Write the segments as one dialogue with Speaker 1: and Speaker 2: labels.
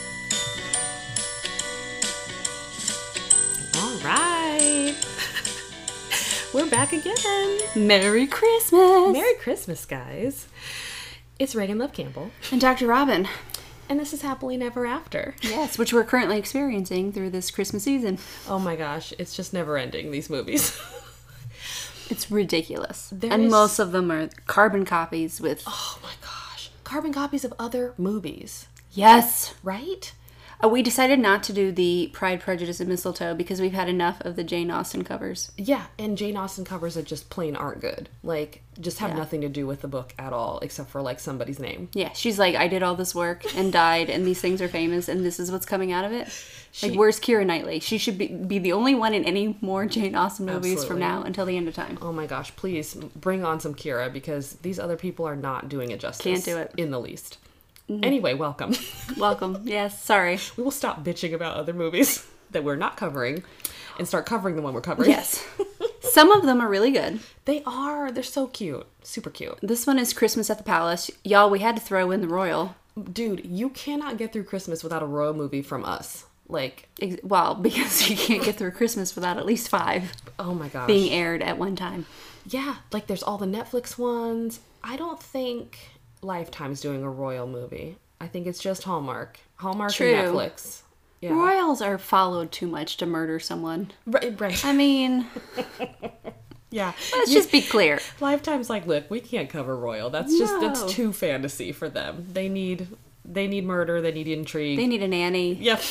Speaker 1: back again.
Speaker 2: Merry Christmas!
Speaker 1: Merry Christmas, guys. It's Reagan Love Campbell,
Speaker 2: and Dr. Robin.
Speaker 1: and this is Happily Never After.
Speaker 2: Yes, which we're currently experiencing through this Christmas season.
Speaker 1: Oh my gosh, it's just never ending, these movies.
Speaker 2: It's ridiculous.
Speaker 1: There
Speaker 2: and
Speaker 1: is-
Speaker 2: most of them are carbon copies with.
Speaker 1: oh my gosh. Carbon copies of other movies,
Speaker 2: Yes!
Speaker 1: right?
Speaker 2: Uh, we decided not to do the Pride, Prejudice, and Mistletoe because we've had enough of the Jane Austen covers.
Speaker 1: Yeah, and Jane Austen covers that just plain aren't good. Like, just have nothing to do with the book at all, except for like somebody's name.
Speaker 2: Yeah, she's like, I did all this work and died, and these things are famous, and this is what's coming out of it. like, where's Kira Knightley? She should be, be the only one in any more Jane Austen movies from
Speaker 1: Absolutely.
Speaker 2: now until the end of time.
Speaker 1: Oh my gosh, please bring on some Kira because these other people are not doing it justice.
Speaker 2: Can't do it. Mm-hmm.
Speaker 1: In the least. Anyway, welcome.
Speaker 2: Welcome. yes, sorry.
Speaker 1: we will stop bitching about other movies that we're not covering and start covering the one we're covering.
Speaker 2: Yes. Some of them are really good.
Speaker 1: They are. They're so cute. Super cute.
Speaker 2: This one is Christmas at the Palace. Y'all, we had to throw in the Royal.
Speaker 1: Dude, you cannot get through Christmas without a royal movie from us. Like,
Speaker 2: Ex- Well, because you can't get through Christmas without at least five
Speaker 1: oh my gosh.
Speaker 2: being aired at one time.
Speaker 1: yeah, like there's all the Netflix ones. I don't think Lifetime's doing a royal movie. I think it's just Hallmark. Hallmark
Speaker 2: True.
Speaker 1: and Netflix. Yeah.
Speaker 2: Royals are followed too much to murder someone.
Speaker 1: Right, right.
Speaker 2: I mean,
Speaker 1: Yeah.
Speaker 2: let's just be clear.
Speaker 1: Lifetime's like, look, we can't cover royal. That's just
Speaker 2: No.
Speaker 1: that's too fantasy for them. They need they need murder, they need intrigue.
Speaker 2: They need a nanny.
Speaker 1: Yep.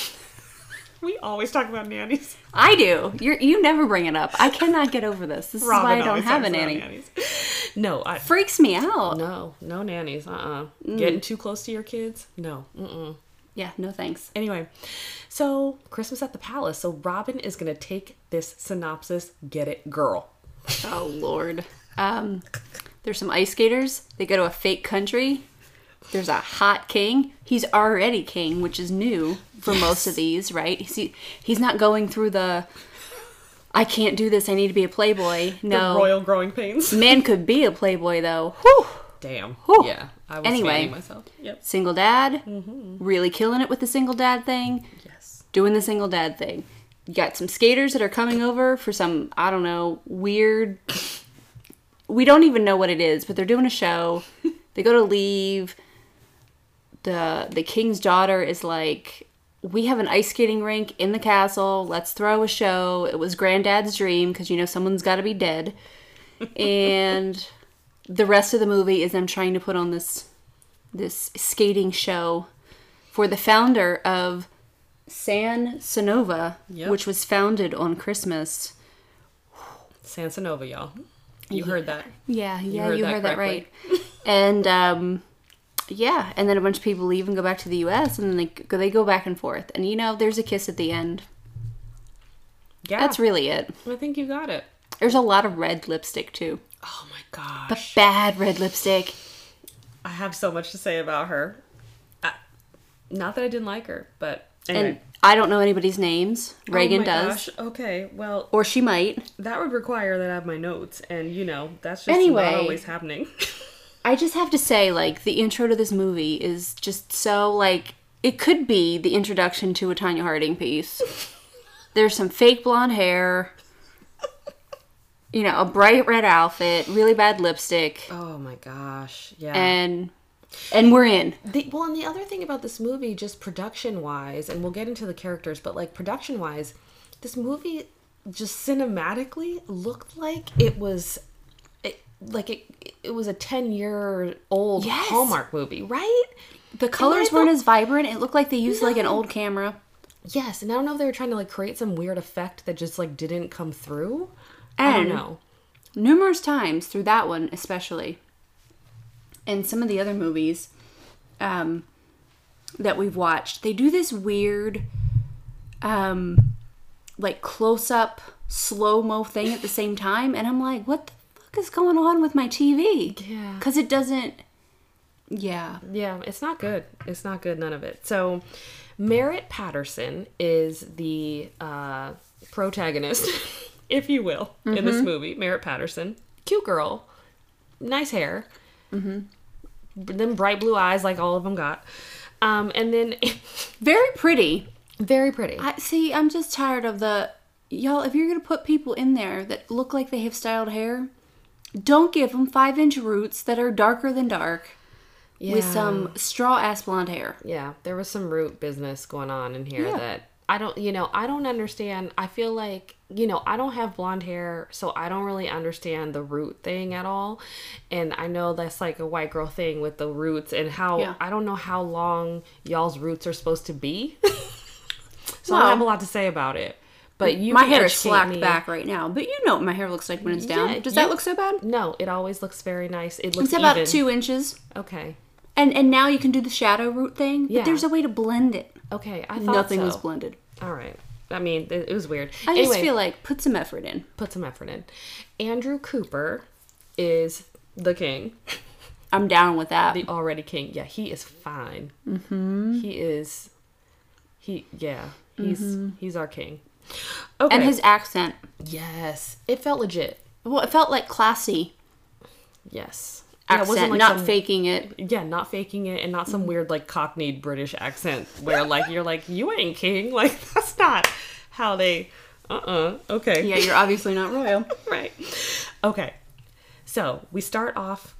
Speaker 1: We always talk about nannies.
Speaker 2: I do. You you never bring it up. I cannot get over this. This is why I don't
Speaker 1: always
Speaker 2: have
Speaker 1: talks
Speaker 2: a
Speaker 1: about
Speaker 2: nanny.
Speaker 1: nannies. No, I
Speaker 2: Freaks me out.
Speaker 1: no no nannies. Uh uh Getting too close to your kids. No. Mm-mm.
Speaker 2: Yeah, no thanks.
Speaker 1: Anyway, so Christmas at the Palace. So Robin is gonna take this synopsis. Get it, girl.
Speaker 2: Oh Lord. Um, there's some ice skaters. They go to a fake country. There's a hot king. He's already king, which is new for most of these, right? He's he's not going through the. I can't do this. I need to be a playboy. No,
Speaker 1: The royal growing pains.
Speaker 2: man could be a playboy though. Whew.
Speaker 1: Damn.
Speaker 2: Whew.
Speaker 1: Yeah. I was
Speaker 2: Anyway.
Speaker 1: fanning myself. Yep.
Speaker 2: Single dad,
Speaker 1: Mm-hmm.
Speaker 2: really killing it with the single dad thing.
Speaker 1: Yes.
Speaker 2: doing the single dad thing. You got some skaters that are coming over for some, I don't know, weird. We don't even know what it is, but they're doing a show. They go to leave. The the king's daughter is like, "We have an ice skating rink in the castle. Let's throw a show." It was granddad's dream because you know someone's got to be dead. And the rest of the movie is them trying to put on this this skating show for the founder of San Sonova,
Speaker 1: Yep.
Speaker 2: which was founded on Christmas.
Speaker 1: Sansanova, y'all. You heard that.
Speaker 2: Yeah, yeah,
Speaker 1: heard
Speaker 2: you
Speaker 1: that
Speaker 2: heard that right.
Speaker 1: correctly.
Speaker 2: and um, yeah, and then a bunch of people leave and go back to the U.S. and then they go, they go back and forth. And you know, there's a kiss at the end.
Speaker 1: Yeah.
Speaker 2: That's really it.
Speaker 1: I think you got it.
Speaker 2: There's a lot of red lipstick too.
Speaker 1: Oh my gosh.
Speaker 2: The bad red lipstick.
Speaker 1: I have so much to say about her. I, not that I didn't like her, but anyway.
Speaker 2: And I don't know anybody's names.
Speaker 1: Oh
Speaker 2: Reagan
Speaker 1: my
Speaker 2: does,
Speaker 1: gosh, Okay, well,
Speaker 2: or she might.
Speaker 1: that would require that I have my notes, and you know, that's just
Speaker 2: Anyway.
Speaker 1: not always happening.
Speaker 2: I just have to say, like, the intro to this movie is just so, like, it could be the introduction to a Tanya Harding piece. There's some fake blonde hair, you know, a bright red outfit, really bad lipstick,
Speaker 1: oh my gosh, yeah.
Speaker 2: and and we're in.
Speaker 1: the, well, and the other thing about this movie, just production wise, and we'll get into the characters, but like production wise, this movie just cinematically looked like it was. It, like it, it was a ten-year-old
Speaker 2: Yes.
Speaker 1: Hallmark movie, right?
Speaker 2: The colors
Speaker 1: thought-
Speaker 2: weren't as vibrant. It looked like they used like an old camera.
Speaker 1: Yes, and I don't know if they were trying to like create some weird effect that just like didn't come through. I
Speaker 2: And
Speaker 1: don't know.
Speaker 2: numerous times through that one especially and some of the other movies um, that we've watched they do this weird um, like close up slow mo thing at the same time and i'm like what the fuck is going on with my tv
Speaker 1: Yeah.
Speaker 2: because it doesn't yeah
Speaker 1: Yeah, it's not good. It's not good. None of it. So, Merritt Patterson is the uh, protagonist, if you will, in
Speaker 2: Mm-hmm.
Speaker 1: this movie. Merritt Patterson, cute girl, nice hair, mm-hmm. then bright blue eyes like all of them got, um, and then
Speaker 2: very pretty
Speaker 1: very pretty.
Speaker 2: i see i'm just tired of the y'all, if you're gonna put people in there that look like they have styled hair, don't give them five inch roots that are darker than dark
Speaker 1: yeah.
Speaker 2: with some straw ass blonde hair.
Speaker 1: Yeah, there was some root business going on in here
Speaker 2: Yeah.
Speaker 1: that I don't, you know, I don't understand. I feel like, you know, I don't have blonde hair, so I don't really understand the root thing at all. And I know that's like a white girl thing with the roots and how
Speaker 2: Yeah.
Speaker 1: I don't know how long y'all's roots are supposed to be. so I
Speaker 2: Well-
Speaker 1: don't have a lot to say about it. But you
Speaker 2: my
Speaker 1: can
Speaker 2: hair is
Speaker 1: educate
Speaker 2: slacked
Speaker 1: me.
Speaker 2: back right now, but you know what my hair looks like when it's down.
Speaker 1: Yeah,
Speaker 2: Does
Speaker 1: you-
Speaker 2: that look so bad?
Speaker 1: No, it always looks very nice. It looks
Speaker 2: It's about
Speaker 1: even.
Speaker 2: two inches.
Speaker 1: Okay.
Speaker 2: And and now you can do the shadow root thing, but
Speaker 1: Yeah.
Speaker 2: there's a way to blend it.
Speaker 1: Okay. I thought
Speaker 2: Nothing was
Speaker 1: so.
Speaker 2: blended.
Speaker 1: All right. I mean, it, it was weird.
Speaker 2: I
Speaker 1: anyway,
Speaker 2: just feel like put some effort in.
Speaker 1: put some effort in. Andrew Cooper is the king,
Speaker 2: I'm down with that.
Speaker 1: the already king. Yeah, he is fine. He is, he yeah, he's he's our king. Okay.
Speaker 2: And his accent.
Speaker 1: yes, it felt legit.
Speaker 2: Well, it felt like classy
Speaker 1: Yes, Yeah, it
Speaker 2: accent,
Speaker 1: wasn't like
Speaker 2: not
Speaker 1: some-
Speaker 2: faking it.
Speaker 1: Yeah, not faking it, and not some weird like Cockney British accent where like you're like you ain't king. Like that's not how they. Uh uh Okay.
Speaker 2: Yeah, you're obviously not royal.
Speaker 1: right. Okay. So we start off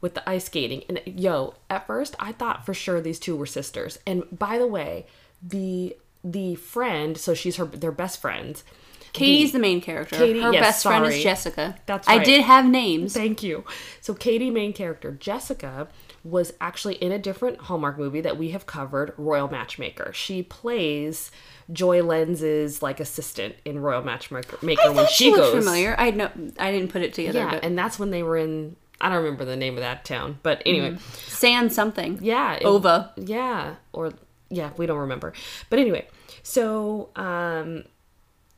Speaker 1: with the ice skating. And yo, at first I thought for sure these two were sisters. And by the way, the the friend, so she's her their best friends.
Speaker 2: Katie's the main character.
Speaker 1: Katie-
Speaker 2: Her
Speaker 1: yes,
Speaker 2: best friend is
Speaker 1: sorry.
Speaker 2: Jessica.
Speaker 1: That's
Speaker 2: I
Speaker 1: right.
Speaker 2: did have names.
Speaker 1: Thank you. So Katie, main character, Jessica, was actually in a different Hallmark movie that we have covered, Royal Matchmaker. She plays Joy Lenz's like assistant in Royal Matchmaker
Speaker 2: I
Speaker 1: Maker when
Speaker 2: thought
Speaker 1: she
Speaker 2: looked
Speaker 1: goes.
Speaker 2: familiar. I know. I didn't put it together.
Speaker 1: Yeah,
Speaker 2: but
Speaker 1: and that's when they were in. I don't remember the name of that town, but anyway,
Speaker 2: San something.
Speaker 1: yeah, it-
Speaker 2: Mm. Ova.
Speaker 1: yeah, or yeah, we don't remember. But anyway, so um,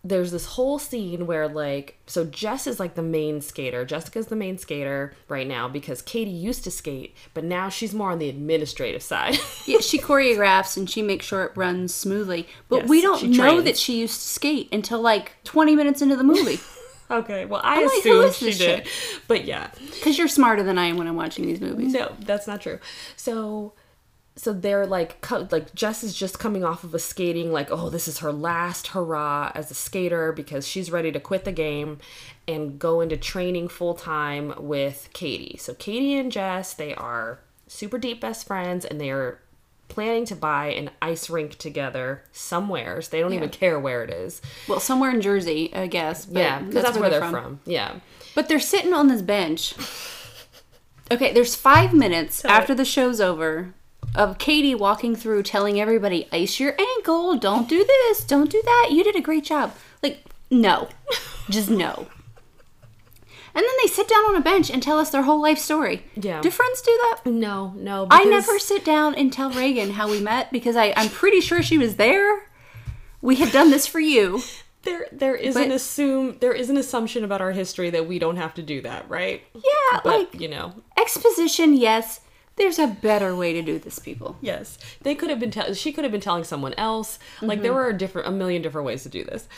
Speaker 1: there's this whole scene where like, so Jess is like the main skater. Jessica's the main skater right now because Katie used to skate, but now she's more on the administrative side.
Speaker 2: Yeah, she choreographs and she makes sure it runs smoothly. But we
Speaker 1: Yes,
Speaker 2: don't
Speaker 1: she
Speaker 2: know
Speaker 1: trains.
Speaker 2: that she used to skate until like 20 minutes into the movie.
Speaker 1: okay, well I
Speaker 2: like, who
Speaker 1: assume
Speaker 2: is
Speaker 1: she
Speaker 2: this
Speaker 1: did, but yeah.
Speaker 2: Because you're smarter than I am when I'm watching these movies.
Speaker 1: No, that's not true. So, so they're like, co- like Jess is just coming off of a skating, like, oh, this is her last hurrah as a skater because she's ready to quit the game and go into training full time with Katie. So Katie and Jess, they are super deep best friends, and they are planning to buy an ice rink together somewhere. So they don't even care where it is.
Speaker 2: Well, somewhere in Jersey, I guess. But
Speaker 1: yeah, because that's, where they're, from. Yeah.
Speaker 2: But they're sitting on this bench. Okay, there's five minutes after the show's over of Katie walking through telling everybody, ice your ankle, don't do this, don't do that, you did a great job. Like, no. Just no. And then they sit down on a bench and tell us their whole life story.
Speaker 1: Yeah.
Speaker 2: Do friends do that?
Speaker 1: No, no.
Speaker 2: I
Speaker 1: because-
Speaker 2: never sit down and tell Reagan how we met because I, I'm pretty sure she was there. We have done this for you.
Speaker 1: There, there is an
Speaker 2: But-
Speaker 1: assume there is an assumption about our history that we don't have to do that, right?
Speaker 2: Yeah,
Speaker 1: But
Speaker 2: like
Speaker 1: you know,
Speaker 2: exposition, yes. There's a better way to do this, people.
Speaker 1: yes, they could have been. Tell- she could have been telling someone else. Like there were a different, a million different ways to do this.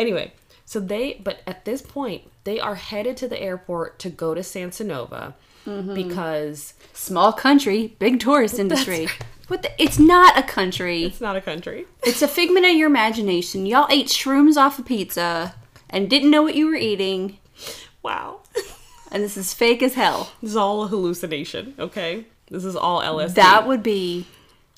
Speaker 1: Anyway, so they, but at this point, they are headed to the airport to go to Sansanova Mm-hmm. because
Speaker 2: Small country, big tourist industry. But the, it's not a country.
Speaker 1: it's not a country.
Speaker 2: It's a figment of your imagination. Y'all ate shrooms off a pizza and didn't know what you were eating,
Speaker 1: Wow,
Speaker 2: and this is fake as hell.
Speaker 1: this is all a hallucination. Okay, this is all LSD.
Speaker 2: That would be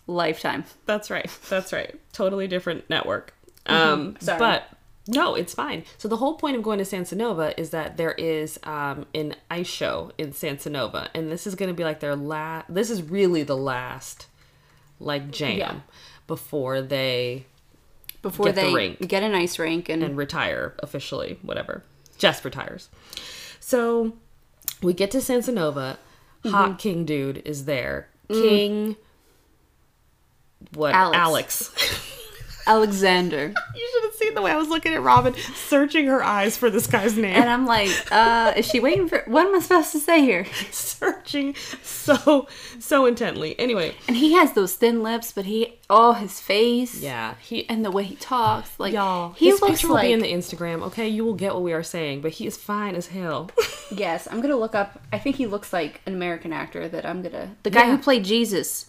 Speaker 2: lifetime.
Speaker 1: That's right. That's right. Totally different network. Um,
Speaker 2: Mm-hmm. Sorry.
Speaker 1: But no, it's fine. So the whole point of going to Sansanova is that there is um, an ice show in Sansanova, and this is going to be like their last. This is really the last, like jam
Speaker 2: Yeah.
Speaker 1: before they
Speaker 2: Before
Speaker 1: Get the
Speaker 2: they
Speaker 1: rink.
Speaker 2: get an ice rink and
Speaker 1: and retire officially, whatever. Jess retires. So we get to Sansanova.
Speaker 2: Mm-hmm.
Speaker 1: Hot King dude is there.
Speaker 2: Mm.
Speaker 1: King. What?
Speaker 2: Alex.
Speaker 1: Alex.
Speaker 2: Alexander.
Speaker 1: You should have seen the way I was looking at Robin, searching her eyes for this guy's name.
Speaker 2: And I'm like, uh, is she waiting for what am I supposed to say here?
Speaker 1: searching so so intently. Anyway,
Speaker 2: And he has those thin lips, but he oh his face.
Speaker 1: yeah, he
Speaker 2: And the way he talks, like
Speaker 1: y'all,
Speaker 2: he
Speaker 1: his
Speaker 2: looks
Speaker 1: picture
Speaker 2: like
Speaker 1: will be in the Instagram. Okay, you will get what we are saying, but he is fine as hell.
Speaker 2: Yes, I'm gonna look up. I think he looks like an American actor that I'm gonna. The guy
Speaker 1: Yeah.
Speaker 2: who played Jesus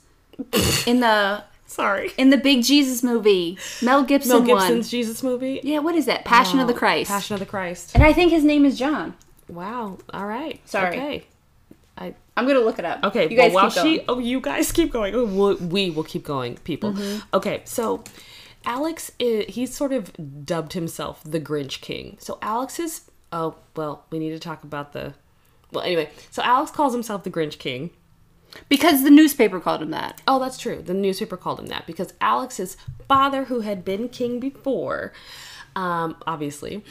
Speaker 2: in the
Speaker 1: Sorry.
Speaker 2: in the big Jesus movie. Mel Gibson
Speaker 1: Mel
Speaker 2: won.
Speaker 1: Gibson's Jesus movie.
Speaker 2: Yeah, what is that? Passion of the
Speaker 1: Oh,
Speaker 2: Christ.
Speaker 1: Passion of the Christ.
Speaker 2: And I think his name is John.
Speaker 1: Wow. All right.
Speaker 2: Sorry.
Speaker 1: Okay. I
Speaker 2: I'm gonna look it up.
Speaker 1: okay.
Speaker 2: you guys
Speaker 1: well, while
Speaker 2: keep going.
Speaker 1: she, oh, you guys keep going. Oh, we'll- We will keep going, people.
Speaker 2: Mm-hmm.
Speaker 1: Okay. So, Alex, i he's sort of dubbed himself the Grinch King. So Alex is. Oh well, we need to talk about the. Well, anyway, so Alex calls himself the Grinch King.
Speaker 2: because the newspaper called him that.
Speaker 1: Oh, that's true. The newspaper called him that because Alex's father, who had been king before, um, obviously,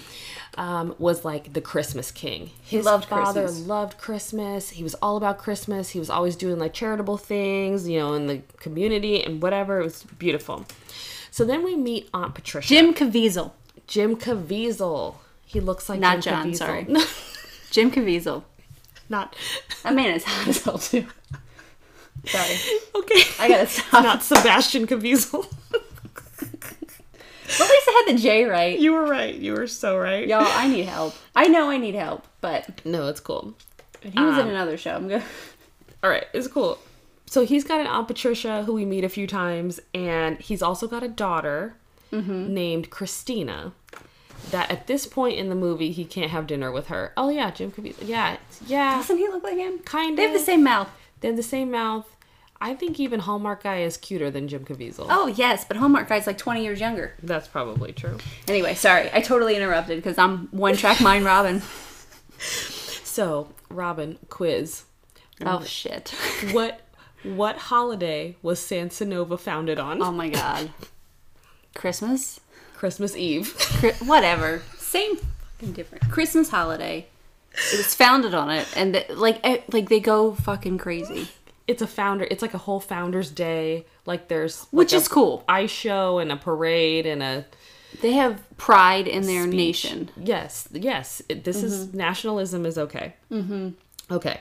Speaker 1: um, was like the Christmas king. His
Speaker 2: loved
Speaker 1: father
Speaker 2: Christmas.
Speaker 1: loved Christmas. He was all about Christmas. He was always doing like charitable things, you know, in the community and whatever. It was beautiful. So then we meet Aunt Patricia. Jim,
Speaker 2: Jim Caviezel.
Speaker 1: Caviezel. He looks like Jim
Speaker 2: Not John,
Speaker 1: Caviezel.
Speaker 2: sorry.
Speaker 1: No,
Speaker 2: Jim Caviezel.
Speaker 1: not
Speaker 2: That man is hot as hell too. Sorry,
Speaker 1: okay.
Speaker 2: I gotta
Speaker 1: It's
Speaker 2: stop.
Speaker 1: not Sebastian Caviezel.
Speaker 2: Well, at least I had the J right.
Speaker 1: you were right. You were so right.
Speaker 2: Y'all, I need help. I know I need help, but
Speaker 1: No, it's cool.
Speaker 2: he was
Speaker 1: Um,
Speaker 2: in another show. I'm gonna.
Speaker 1: All right, it's cool. So he's got an aunt Patricia who we meet a few times, and he's also got a daughter
Speaker 2: Mm-hmm.
Speaker 1: named Christina. That at this point in the movie, he can't have dinner with her. Oh yeah, Jim could be. Yeah, yeah.
Speaker 2: Doesn't he look like him?
Speaker 1: Kinda.
Speaker 2: They have the same mouth.
Speaker 1: They have the same mouth. I think even Hallmark guy is cuter than Jim Caviezel.
Speaker 2: Oh yes, but Hallmark guy's like 20 years younger.
Speaker 1: That's probably true.
Speaker 2: Anyway, sorry, I totally interrupted because I'm one track mind, Robin.
Speaker 1: So, Robin, quiz:
Speaker 2: oh shit.
Speaker 1: what what holiday was Sansanova founded on?
Speaker 2: Oh my god. Christmas.
Speaker 1: Christmas Eve.
Speaker 2: Chri- whatever. Same fucking different. Christmas holiday. It was founded on it, and th- like eh, like they go fucking crazy,
Speaker 1: it's a founder it's like a whole founders day like there's like,
Speaker 2: which
Speaker 1: a
Speaker 2: is cool.
Speaker 1: ice show and a parade and a
Speaker 2: They have pride in their nation.
Speaker 1: yes yes it- this is nationalism is okay mm-hmm. okay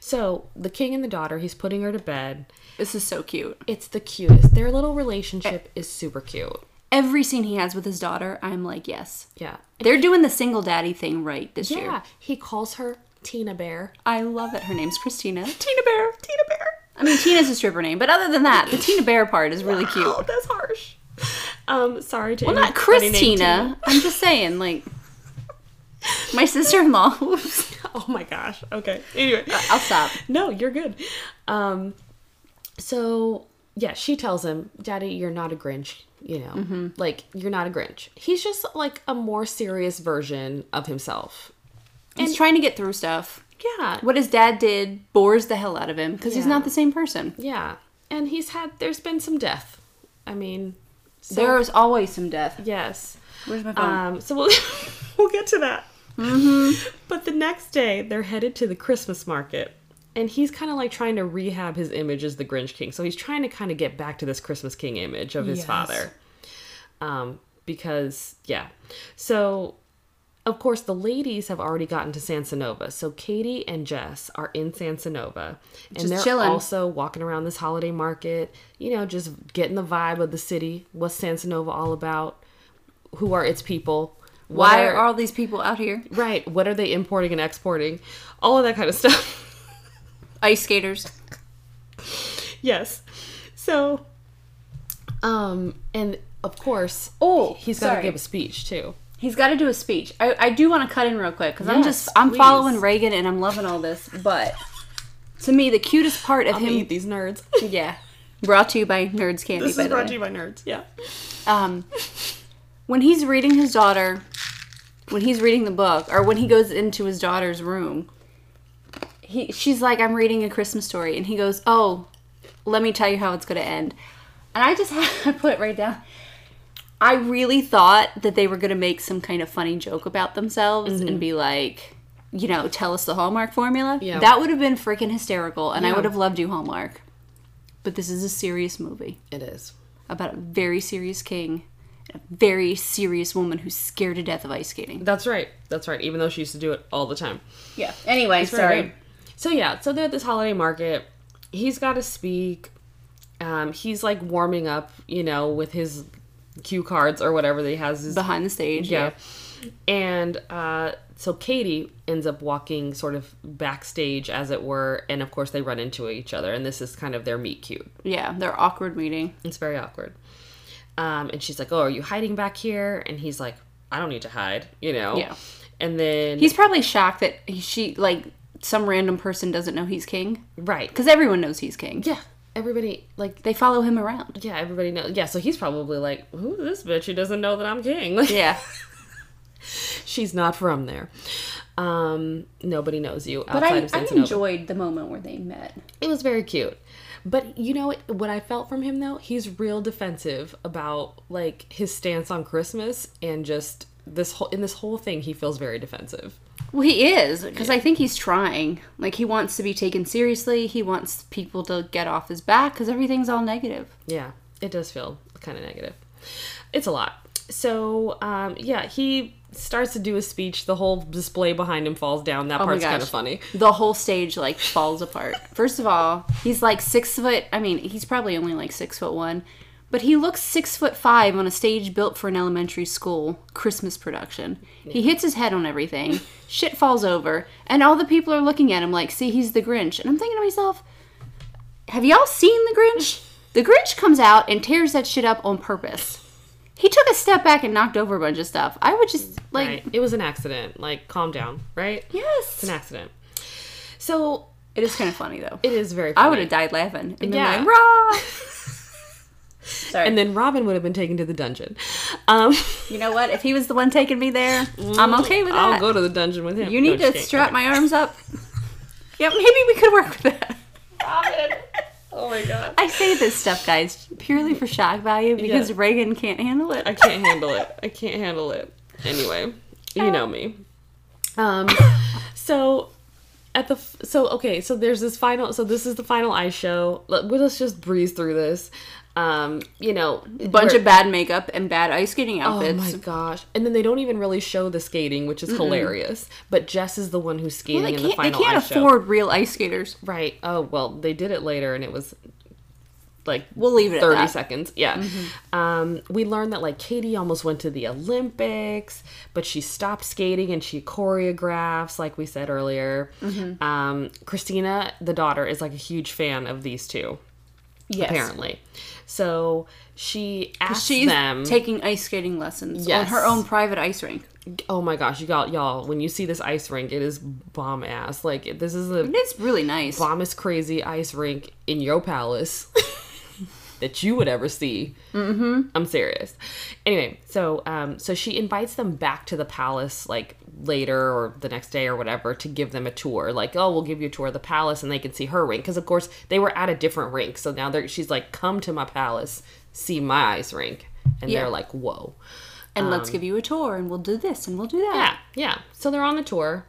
Speaker 1: so the king and the daughter he's putting her to bed
Speaker 2: This is so cute.
Speaker 1: it's the cutest their little relationship is super cute
Speaker 2: Every scene he has with his daughter, I'm like, yes,
Speaker 1: yeah
Speaker 2: they're doing the single daddy thing right this year.
Speaker 1: yeah he calls her tina bear
Speaker 2: I love it. Her name's Christina.
Speaker 1: tina bear tina bear
Speaker 2: I mean, Tina's a stripper name, but other than that, the Tina Bear part is really cute.
Speaker 1: oh that's harsh um sorry to
Speaker 2: Well, not
Speaker 1: anybody named
Speaker 2: Christina. I'm just saying, like, my sister-in-law. Oops.
Speaker 1: Tina. oh my gosh Uh, okay anyway
Speaker 2: I'll stop.
Speaker 1: no, you're good. Um, so yeah, she tells him, "Daddy, you're not a Grinch. You know, like you're not a Grinch. He's just like a more serious version of himself."
Speaker 2: He's trying to get through stuff.
Speaker 1: Yeah,
Speaker 2: What his dad did bores the hell out of him because he's
Speaker 1: Yeah.
Speaker 2: not the same person.
Speaker 1: yeah. And he's had. There's been some death. I mean, so,
Speaker 2: there is always some death.
Speaker 1: Yes.
Speaker 2: Where's my phone? Mm-hmm.
Speaker 1: Um, so we'll we'll get to that. But the next day, they're headed to the Christmas market, and he's kind of like trying to rehab his image as the Grinch King. So he's trying to kind of get back to this Christmas King image of his
Speaker 2: Yes.
Speaker 1: father, um, because yeah. So of course, the ladies have already gotten to Sansanova. So Katie and Jess are in Sansanova, and
Speaker 2: Just
Speaker 1: they're
Speaker 2: chilling.
Speaker 1: also walking around this holiday market. You know, just getting the vibe of the city. What's Sansanova all about? Who are its people? What
Speaker 2: Why are all these people out here?
Speaker 1: right? What are they importing and exporting? All of that kind of stuff.
Speaker 2: Ice skaters.
Speaker 1: yes. So, um, and of course,
Speaker 2: Oh,
Speaker 1: he's got to
Speaker 2: sorry.
Speaker 1: give a speech too.
Speaker 2: He's got to do a speech. I, I do want to cut in real quick because I'm
Speaker 1: Yes,
Speaker 2: just I'm
Speaker 1: please.
Speaker 2: following Reagan and I'm loving all this. But to me, the cutest part of
Speaker 1: I'm gonna
Speaker 2: him,
Speaker 1: eat these nerds.
Speaker 2: yeah, brought to you by Nerds Candy.
Speaker 1: this
Speaker 2: by
Speaker 1: is
Speaker 2: the
Speaker 1: brought
Speaker 2: way.
Speaker 1: to you by nerds. Yeah.
Speaker 2: um, when he's reading his daughter, when he's reading the book, or when he goes into his daughter's room, he she's like, "I'm reading a Christmas story," and he goes, "Oh, let me tell you how it's going to end." And I just had I put it right down. I really thought that they were going to make some kind of funny joke about themselves and be like, you know, tell us the Hallmark formula.
Speaker 1: Mm-hmm. Yeah.
Speaker 2: That would have been freaking hysterical, and I
Speaker 1: Yeah.
Speaker 2: would have loved you, Hallmark. But this is a serious movie
Speaker 1: It is.
Speaker 2: about a very serious king, and a very serious woman who's scared to death of ice skating.
Speaker 1: That's right. That's right. Even though she used to do it all the time.
Speaker 2: Yeah. Anyway,
Speaker 1: Very good. So yeah, so they're at this holiday market. He's got to speak. Um, he's like warming up, you know, with his cue cards or whatever that he has. His,
Speaker 2: Behind the stage.
Speaker 1: yeah. And uh, so Katie ends up walking sort of backstage, as it were, and of course they run into each other, and this is kind of their meet cute.
Speaker 2: Yeah, their awkward meeting.
Speaker 1: It's very awkward. Um, and she's like, "Oh, are you hiding back here?" And he's like, "I don't need to hide," you know.
Speaker 2: Yeah.
Speaker 1: And then
Speaker 2: He's probably shocked that he, she, like, some random person doesn't know he's king.
Speaker 1: right.
Speaker 2: Because everyone knows he's king.
Speaker 1: Yeah. Everybody like
Speaker 2: They follow him around.
Speaker 1: yeah, everybody knows. Yeah, so he's probably like, "Who's this bitch who doesn't know that I'm king?" Like,
Speaker 2: Yeah.
Speaker 1: she's not from there. Um, nobody knows you outside
Speaker 2: But I,
Speaker 1: of
Speaker 2: I
Speaker 1: Cincinnati.
Speaker 2: enjoyed the moment where they met.
Speaker 1: It was very cute. But you know what I felt from him though? He's real defensive about like his stance on Christmas and just this whole in this whole thing he feels very defensive.
Speaker 2: Well, he is because I think he's trying. Like he wants to be taken seriously. He wants people to get off his back because everything's all negative.
Speaker 1: Yeah, it does feel kind of negative. It's a lot. So, um, yeah, he starts to do his speech. The whole display behind him falls down. That
Speaker 2: Oh my
Speaker 1: part's kind of
Speaker 2: gosh.
Speaker 1: funny.
Speaker 2: The whole stage like falls apart. First of all, he's like six foot. I mean, he's probably only like six foot one, but he looks six foot five on a stage built for an elementary school Christmas production. He hits his head on everything. Shit falls over, and all the people are looking at him like, "See, he's the Grinch." And I'm thinking to myself, Have y'all seen The Grinch? The Grinch comes out and tears that shit up on purpose. He took a step back and knocked over a bunch of stuff. I would just like,
Speaker 1: right? It was an accident. Like, calm down, right? It's
Speaker 2: yes.
Speaker 1: an accident. So,
Speaker 2: It is kind of funny though.
Speaker 1: it is very funny.
Speaker 2: I would have died laughing. And
Speaker 1: Yeah.
Speaker 2: yeah. Like, Rah! Sorry.
Speaker 1: And then Robin would have been taken to the dungeon. Um,
Speaker 2: you know what? If he was the one taking me there, I'm okay with that.
Speaker 1: I'll go to the dungeon with him.
Speaker 2: you need
Speaker 1: No,
Speaker 2: to
Speaker 1: just
Speaker 2: strap my arms up. yeah, maybe we could work with that.
Speaker 1: kidding. Oh my god.
Speaker 2: I say this stuff, guys, purely for shock value because
Speaker 1: Yeah.
Speaker 2: Reagan can't handle it.
Speaker 1: I can't handle it. I can't handle it. Anyway, you know me. Um, so at the f- so okay, so there's this final. So this is the final ice show. Let, well, let's just breeze through this. Um, you know,
Speaker 2: Bunch
Speaker 1: we're-
Speaker 2: of bad makeup and bad ice skating
Speaker 1: Oh
Speaker 2: outfits.
Speaker 1: my gosh! And then they don't even really show the skating, which is hilarious. But Jess is the one who's skating
Speaker 2: Well, they
Speaker 1: in the
Speaker 2: can't, they
Speaker 1: final
Speaker 2: can't
Speaker 1: ice show.
Speaker 2: afford real ice skaters.
Speaker 1: Right. Oh well, they did it later, and it was like
Speaker 2: We'll leave it at
Speaker 1: thirty
Speaker 2: that.
Speaker 1: seconds. Yeah.
Speaker 2: Mm-hmm.
Speaker 1: Um, we learned that like Katie almost went to the Olympics, but she stopped skating and she choreographs, like we said earlier.
Speaker 2: Mm-hmm.
Speaker 1: Um, Christina, the daughter, is like a huge fan of these two,
Speaker 2: Yes.
Speaker 1: apparently. So she asks
Speaker 2: She's
Speaker 1: them.
Speaker 2: taking ice skating lessons on
Speaker 1: Yes.
Speaker 2: her own private ice rink.
Speaker 1: oh my gosh, you got y'all! When you see this ice rink, it is bomb ass. Like this is a
Speaker 2: It's really nice.
Speaker 1: bombest crazy ice rink in your palace that you would ever see. Mm-hmm. I'm serious. Anyway, so um, so she invites them back to the palace like later or the next day or whatever to give them a tour. Like, oh, we'll give you a tour of the palace and they can see her rink because of course they were at a different rink. So now they're she's like, come to my palace, see my ice rink, and
Speaker 2: Yeah.
Speaker 1: they're like, whoa.
Speaker 2: And let's give you a tour and we'll do this and we'll do
Speaker 1: Yeah,
Speaker 2: that.
Speaker 1: yeah. So they're on the tour.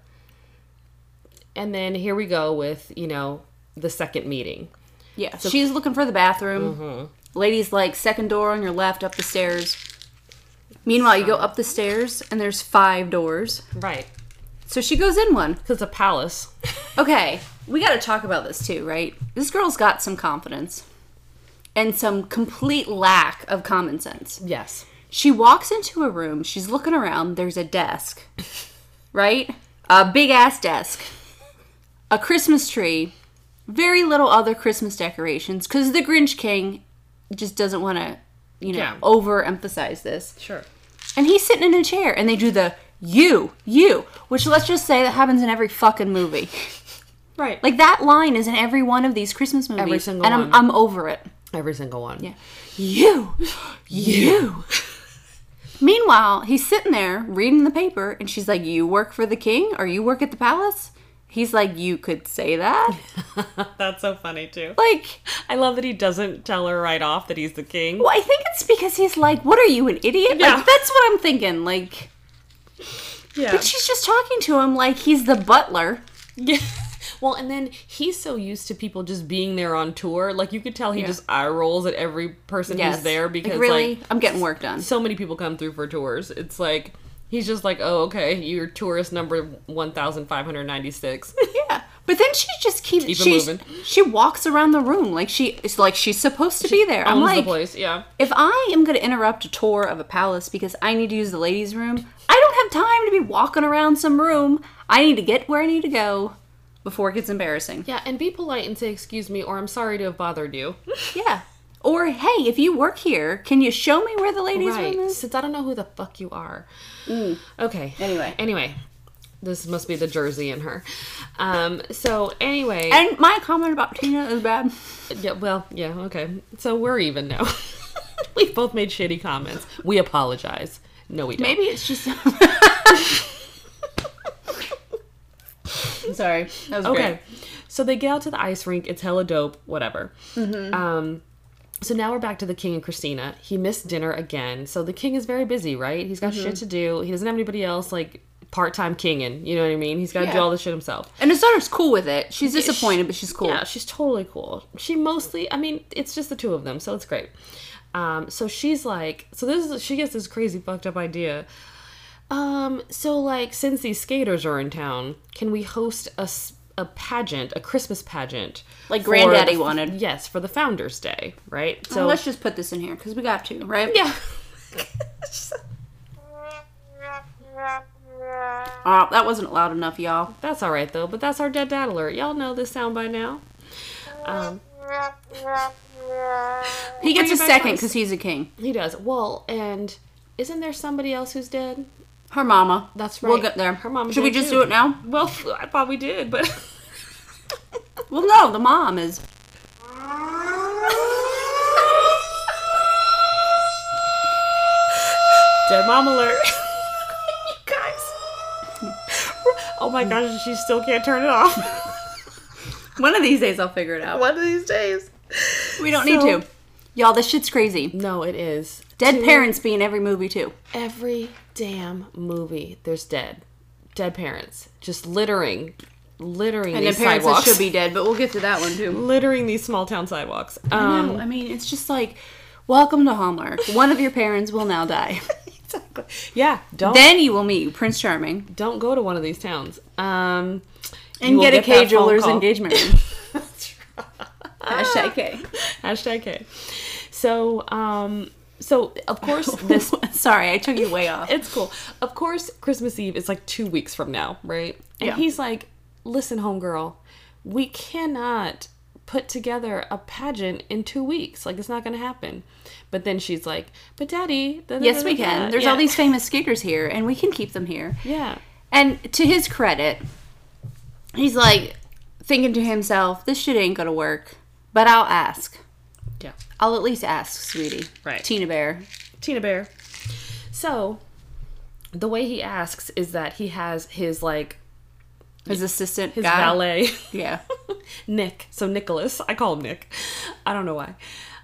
Speaker 1: And then here we go with, you know, the second meeting.
Speaker 2: Yeah. She's looking for the bathroom. Lady's like, second door on your left up the stairs. Meanwhile, you go up the stairs and there's five doors.
Speaker 1: Right.
Speaker 2: So she goes in one.
Speaker 1: Because the palace.
Speaker 2: Okay, we got to talk about this too, right? This girl's got some confidence and some complete lack of common sense.
Speaker 1: yes.
Speaker 2: She walks into a room. She's looking around. There's a desk, right? A big ass desk, a Christmas tree, very little other Christmas decorations because the Grinch King just doesn't want to, you know,
Speaker 1: Yeah.
Speaker 2: overemphasize this.
Speaker 1: Sure.
Speaker 2: And he's sitting in a chair and they do the you, you, which let's just say that happens in every fucking movie.
Speaker 1: Right. Like
Speaker 2: Like that line is in every one of these Christmas movies.
Speaker 1: single
Speaker 2: and
Speaker 1: one.
Speaker 2: I'm, I'm over it.
Speaker 1: every single one.
Speaker 2: Yeah. You. You. Meanwhile, he's sitting there reading the paper, and she's like, You work for the king or you work at the palace? He's like, You could say that?
Speaker 1: That's so funny too.
Speaker 2: Like,
Speaker 1: I love that he doesn't tell her right off that he's the king.
Speaker 2: well, I think it's because he's like, What are you, an idiot?
Speaker 1: Yeah.
Speaker 2: Like, that's what I'm thinking. Like,
Speaker 1: Yeah.
Speaker 2: but she's just talking to him like he's the butler.
Speaker 1: yeah. Well, and then he's so used to people just being there on tour. Like you could tell he just eye rolls at every person
Speaker 2: Yes.
Speaker 1: who's there because
Speaker 2: like,
Speaker 1: like,
Speaker 2: really? I'm getting work done.
Speaker 1: so many people come through for tours. It's like he's just like, oh okay, you're tourist number one thousand five hundred ninety six.
Speaker 2: Yeah. But then she just keeps
Speaker 1: Keep it
Speaker 2: she
Speaker 1: moving.
Speaker 2: she walks around the room like she it's like she's supposed to be there. I'm
Speaker 1: Owns the
Speaker 2: like,
Speaker 1: place, yeah.
Speaker 2: if I am going to interrupt a tour of a palace because I need to use the ladies' room, I don't have time to be walking around some room. I need to get where I need to go before it gets embarrassing.
Speaker 1: Yeah, and be polite and say, excuse me, or I'm sorry to have bothered you.
Speaker 2: Yeah. Or hey, if you work here, can you show me where the ladies'
Speaker 1: right.
Speaker 2: room is?
Speaker 1: Since I don't know who the fuck you are. Okay.
Speaker 2: Mm. Anyway.
Speaker 1: Anyway. This must be the Jersey in her. Um, so anyway,
Speaker 2: And my comment about Tina is bad.
Speaker 1: yeah, well, yeah, okay. So we're even now. We've both made shitty comments. We apologize. No, we don't.
Speaker 2: Maybe it's just. Sorry, that was
Speaker 1: Okay. So they get out to the ice rink. It's hella dope. Whatever.
Speaker 2: Mm-hmm.
Speaker 1: Um, so now we're back to the king and Christina. He missed dinner again. So the king is very busy, right? He's got
Speaker 2: Mm-hmm.
Speaker 1: shit to do. He doesn't have anybody else like part time kinging. You know what I mean? He's got to do
Speaker 2: Yeah.
Speaker 1: all this shit himself.
Speaker 2: And his daughter's cool with it. She's disappointed, but she's cool.
Speaker 1: Yeah, she's totally cool. She mostly, I mean, it's just the two of them, so it's great. Um, so she's like, so this is, she gets this crazy fucked up idea. Um, so like, since these skaters are in town, can we host a, s- a pageant, a Christmas pageant?
Speaker 2: Like
Speaker 1: for
Speaker 2: Granddaddy
Speaker 1: the-
Speaker 2: wanted.
Speaker 1: Yes, for the Founders Day, right?
Speaker 2: So
Speaker 1: So,
Speaker 2: let's just put this in here because we got to, right?
Speaker 1: yeah.
Speaker 2: Uh, that wasn't loud enough, y'all.
Speaker 1: That's all right though, but that's our dead dad alert. Y'all know this sound by now. Um,
Speaker 2: He gets a
Speaker 1: it back
Speaker 2: second
Speaker 1: nice.
Speaker 2: because he's a king.
Speaker 1: he does. Well, and isn't there somebody else who's dead?
Speaker 2: Her mama.
Speaker 1: That's
Speaker 2: We'll
Speaker 1: right.
Speaker 2: get there.
Speaker 1: Her mama
Speaker 2: Should we
Speaker 1: did,
Speaker 2: just
Speaker 1: too.
Speaker 2: do it now?
Speaker 1: Well, I thought we did, but
Speaker 2: Well, no. The mom is.
Speaker 1: dead mom alert. you guys. Oh my gosh, she still can't turn it off.
Speaker 2: One of these days, I'll figure it out.
Speaker 1: One of these days.
Speaker 2: We don't
Speaker 1: So-
Speaker 2: need to. Y'all, this shit's crazy.
Speaker 1: No, it is.
Speaker 2: Dead
Speaker 1: To
Speaker 2: parents be in every movie too.
Speaker 1: Every damn movie, there's dead, dead parents just littering, littering
Speaker 2: And the
Speaker 1: these
Speaker 2: parents that
Speaker 1: sidewalks.
Speaker 2: should be dead, but we'll get to that one too.
Speaker 1: littering these small town sidewalks. Um,
Speaker 2: No, I mean, it's just like, welcome to Hallmark. One of your parents will now die.
Speaker 1: exactly. Yeah. Don't
Speaker 2: then you will meet Prince Charming
Speaker 1: don't go to one of these towns. Um,
Speaker 2: and
Speaker 1: you will
Speaker 2: get a
Speaker 1: that
Speaker 2: K
Speaker 1: phone
Speaker 2: jeweler's
Speaker 1: call.
Speaker 2: engagement ring. Hashtag K.
Speaker 1: Hashtag K. So, um, so of course this
Speaker 2: Sorry, I took you way off.
Speaker 1: it's cool. Of course, Christmas Eve is like two weeks from now, right? And
Speaker 2: Yeah.
Speaker 1: he's like, "Listen, homegirl, we cannot put together a pageant in two weeks. Like, it's not going to happen." But then she's like, "But, Daddy, da- da-
Speaker 2: Yes,
Speaker 1: da-
Speaker 2: we
Speaker 1: da-
Speaker 2: can.
Speaker 1: da."
Speaker 2: There's
Speaker 1: Yeah.
Speaker 2: all these famous skaters here, and we can keep them here.
Speaker 1: yeah."
Speaker 2: And to his credit, he's like thinking to himself, this shit ain't gonna work, but I'll ask.
Speaker 1: Yeah.
Speaker 2: I'll at least ask, sweetie.
Speaker 1: Right.
Speaker 2: Tina Bear.
Speaker 1: Tina Bear. So, the way he asks is that he has his like
Speaker 2: His assistant.
Speaker 1: his
Speaker 2: guy.
Speaker 1: valet
Speaker 2: Yeah.
Speaker 1: Nick. So Nicholas, I call him Nick. I don't know why.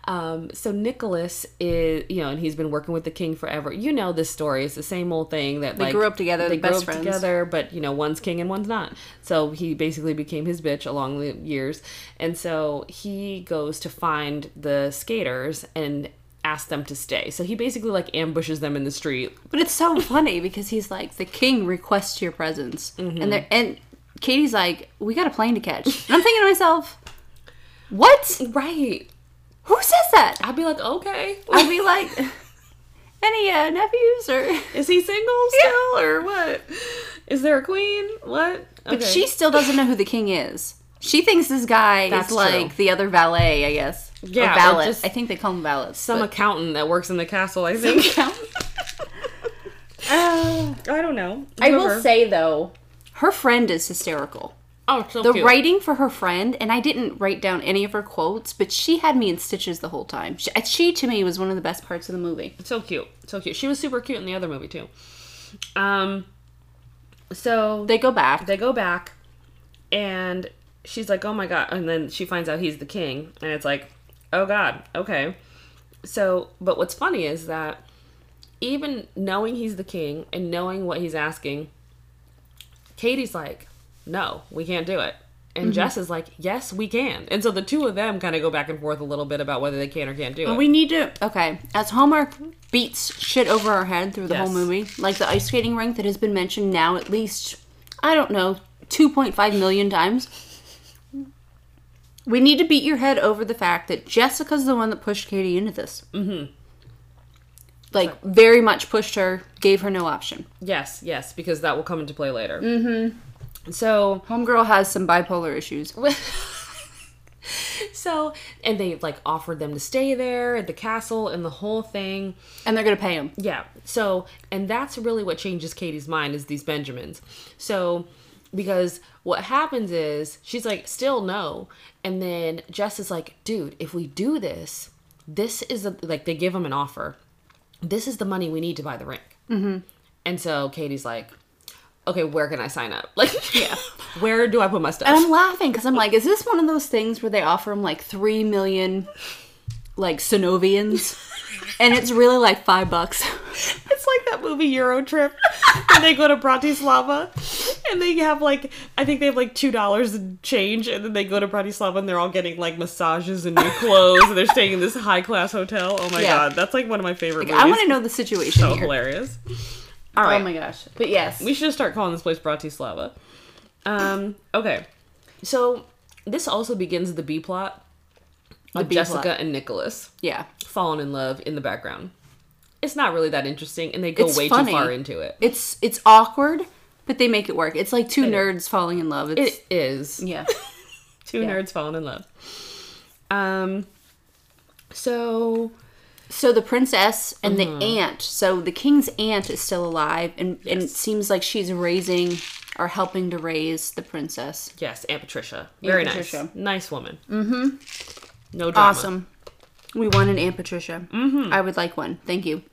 Speaker 1: Um, so Nicholas is, you know, and he's been working with the king forever. You know this story. It's the same old thing that they like,
Speaker 2: grew up together,
Speaker 1: They
Speaker 2: they're
Speaker 1: grew
Speaker 2: best
Speaker 1: up
Speaker 2: friends.
Speaker 1: together, but you know, one's king and one's not. So he basically became his bitch along the years, and so he goes to find the skaters and asks them to stay. So he basically like ambushes them in the street.
Speaker 2: But it's so funny because he's like, the king requests your presence,
Speaker 1: Mm-hmm.
Speaker 2: and they're and Katie's like, we got a plane to catch. And I'm thinking to myself, what?
Speaker 1: Right.
Speaker 2: Who says that?
Speaker 1: I'd be like, okay,
Speaker 2: I'd be like, any uh, nephews or?
Speaker 1: Is he single still or what? Is there a queen? What?
Speaker 2: But she still doesn't know who the king is. She thinks this guy
Speaker 1: That's
Speaker 2: is like
Speaker 1: true.
Speaker 2: the other valet, I guess. Or
Speaker 1: Yeah, or
Speaker 2: valet.
Speaker 1: just
Speaker 2: I think they call him valet.
Speaker 1: some accountant that works in the castle, I think. I don't know.
Speaker 2: I will say though, her friend is hysterical.
Speaker 1: oh, so
Speaker 2: the
Speaker 1: cute.
Speaker 2: writing for her friend and i didn't write down any of her quotes but she had me in stitches the whole time she, she to me was one of the best parts of the movie
Speaker 1: so cute, so cute. She was super cute in the other movie too. Um, so
Speaker 2: they go back
Speaker 1: they go back, and she's like, "Oh my god!" And then she finds out he's the king, and it's like, "Oh god, okay." So, but what's funny is that even knowing he's the king and knowing what he's asking, Katie's like, no, we can't do it. And Jess is like, yes, we can. And so the two of them kind of go back and forth a little bit about whether they can or can't do it.
Speaker 2: we need to okay as hallmark beats shit over our head through the
Speaker 1: Yes.
Speaker 2: whole movie like the ice skating rink that has been mentioned now at least i don't know 2.5 million times We need to beat your head over the fact that Jessica's the one that pushed Katie into this. Mm-hmm. Like very much pushed her, gave her no option.
Speaker 1: Yes, yes, because that will come into play later. Mm-hmm. So,
Speaker 2: Homegirl has some bipolar issues.
Speaker 1: so, and they like offered them to stay there at the castle and the whole thing.
Speaker 2: And they're gonna pay him.
Speaker 1: Yeah. So, and that's really what changes Katie's mind is these Benjamins. So, because what happens is she's like, still no. And then Jess is like, dude, if we do this, this is the, like, they give him an offer. This is the money we need to buy the ring. Mm-hmm. And so Katie's like, okay, where can I sign up? Like, yeah. where do I put my stuff?
Speaker 2: And I'm laughing because I'm like, is this one of those things where they offer him like three million like Sonovians? and it's really like five bucks.
Speaker 1: It's like that movie Euro Trip when they go to Bratislava and they have like I think they have like two dollars in change and then they go to Bratislava and they're all getting like massages and new clothes and they're staying in this high class hotel. Oh my
Speaker 2: Yeah.
Speaker 1: god, that's like one of my favorite movies.
Speaker 2: I want to know the situation
Speaker 1: so
Speaker 2: here.
Speaker 1: hilarious.
Speaker 2: All
Speaker 1: right.
Speaker 2: Oh my gosh. But yes.
Speaker 1: We should just start calling this place Bratislava. Um, okay. So this also begins the B plot of
Speaker 2: B plot.
Speaker 1: Jessica and Nicholas
Speaker 2: yeah.
Speaker 1: falling in love in the background. It's not really that interesting and they go
Speaker 2: It's
Speaker 1: way too
Speaker 2: funny.
Speaker 1: far into it.
Speaker 2: It's it's awkward, but they make it work. It's like two nerds falling in love. It's
Speaker 1: It is.
Speaker 2: yeah.
Speaker 1: Two
Speaker 2: Yeah.
Speaker 1: nerds falling in love. Um so
Speaker 2: So the princess and the
Speaker 1: Mm-hmm.
Speaker 2: aunt. So the king's aunt is still alive, and, and it seems like she's raising or helping to raise the princess.
Speaker 1: yes, Aunt Patricia. Very nice.
Speaker 2: Patricia.
Speaker 1: Nice woman. Mm-hmm. No drama.
Speaker 2: Awesome. We want an aunt Patricia. Mm-hmm. I would like one. Thank you.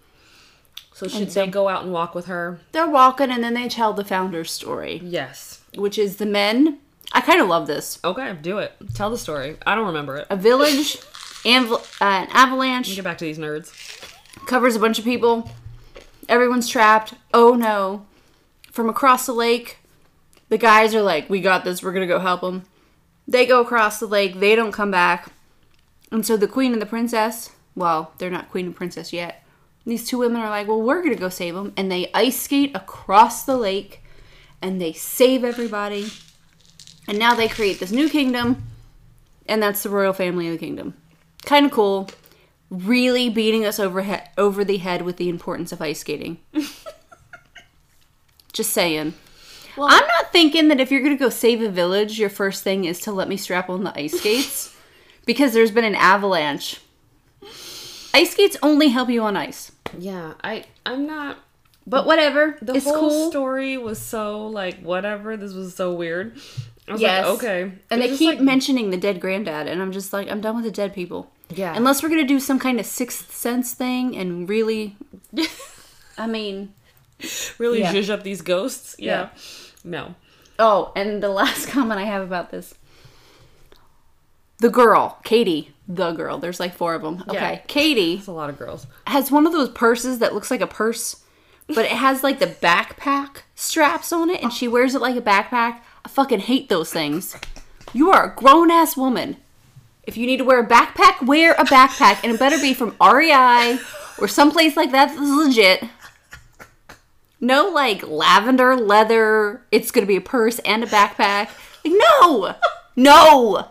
Speaker 1: So should they go out and walk with her?
Speaker 2: They're walking, and then they tell the founder's story,
Speaker 1: Yes.
Speaker 2: which is the men. I kind of love this.
Speaker 1: Okay, do it. Tell the story. I don't remember it.
Speaker 2: A village, anv- uh, an avalanche.
Speaker 1: Get back to these nerds.
Speaker 2: covers a bunch of people. Everyone's trapped. Oh no. From across the lake, the guys are like, We got this. We're going to go help them. They go across the lake. They don't come back. And so the queen and the princess, well, they're not queen and princess yet. These two women are like, Well, we're going to go save them. And they ice skate across the lake and they save everybody. And now they create this new kingdom. And that's the royal family of the kingdom. Kind of cool really beating us over he- over the head with the importance of ice skating. Just saying. I'm not thinking that if you're going to go save a village, your first thing is to let me strap on the ice skates because there's been an avalanche. Ice skates only help you on ice.
Speaker 1: Yeah, I I'm not
Speaker 2: But whatever,
Speaker 1: the
Speaker 2: it's
Speaker 1: whole
Speaker 2: cool.
Speaker 1: story was so like whatever. This was so weird. I was
Speaker 2: Yes.
Speaker 1: like, okay.
Speaker 2: and
Speaker 1: It
Speaker 2: they
Speaker 1: was just
Speaker 2: keep
Speaker 1: like-
Speaker 2: mentioning the dead granddad, and I'm just like, I'm done with the dead people.
Speaker 1: Yeah.
Speaker 2: Unless we're gonna do some kind of sixth sense thing, and really, I mean,
Speaker 1: really
Speaker 2: Yeah.
Speaker 1: zhuzh up these ghosts. Yeah.
Speaker 2: Yeah.
Speaker 1: No.
Speaker 2: Oh, and the last comment I have about this. The girl, Katie, the girl, there's like four of them. Okay.
Speaker 1: Yeah.
Speaker 2: Katie
Speaker 1: It's a lot of girls.
Speaker 2: has one of those purses that looks like a purse, but it has like the backpack straps on it and she wears it like a backpack. I fucking hate those things. You are a grown ass woman. If you need to wear a backpack, wear a backpack and it better be from REI or someplace like that that's legit. No, like lavender leather. It's gonna be a purse and a backpack. Like, no, no.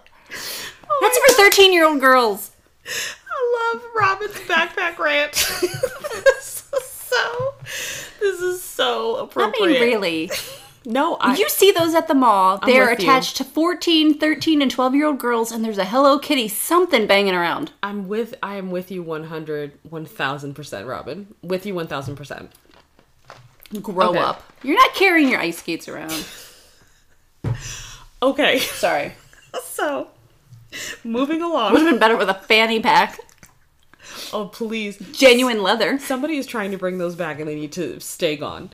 Speaker 2: That's for thirteen-year-old girls.
Speaker 1: I love Robin's backpack rant. this is so. This is so
Speaker 2: I
Speaker 1: appropriate.
Speaker 2: mean, really.
Speaker 1: No, I.
Speaker 2: You see those at the mall. They're
Speaker 1: with you.
Speaker 2: attached to 14, 13, and 12-year-old girls, and there's a Hello Kitty something banging around.
Speaker 1: I'm with. I am with you 100, 1000 percent, Robin. With you one thousand percent.
Speaker 2: Grow
Speaker 1: Okay.
Speaker 2: up. You're not carrying your ice skates around.
Speaker 1: Okay.
Speaker 2: Sorry.
Speaker 1: So, moving
Speaker 2: Would
Speaker 1: along.
Speaker 2: have been better with a fanny pack.
Speaker 1: Oh please,
Speaker 2: Genuine leather.
Speaker 1: somebody is trying to bring those back, and they need to stay gone.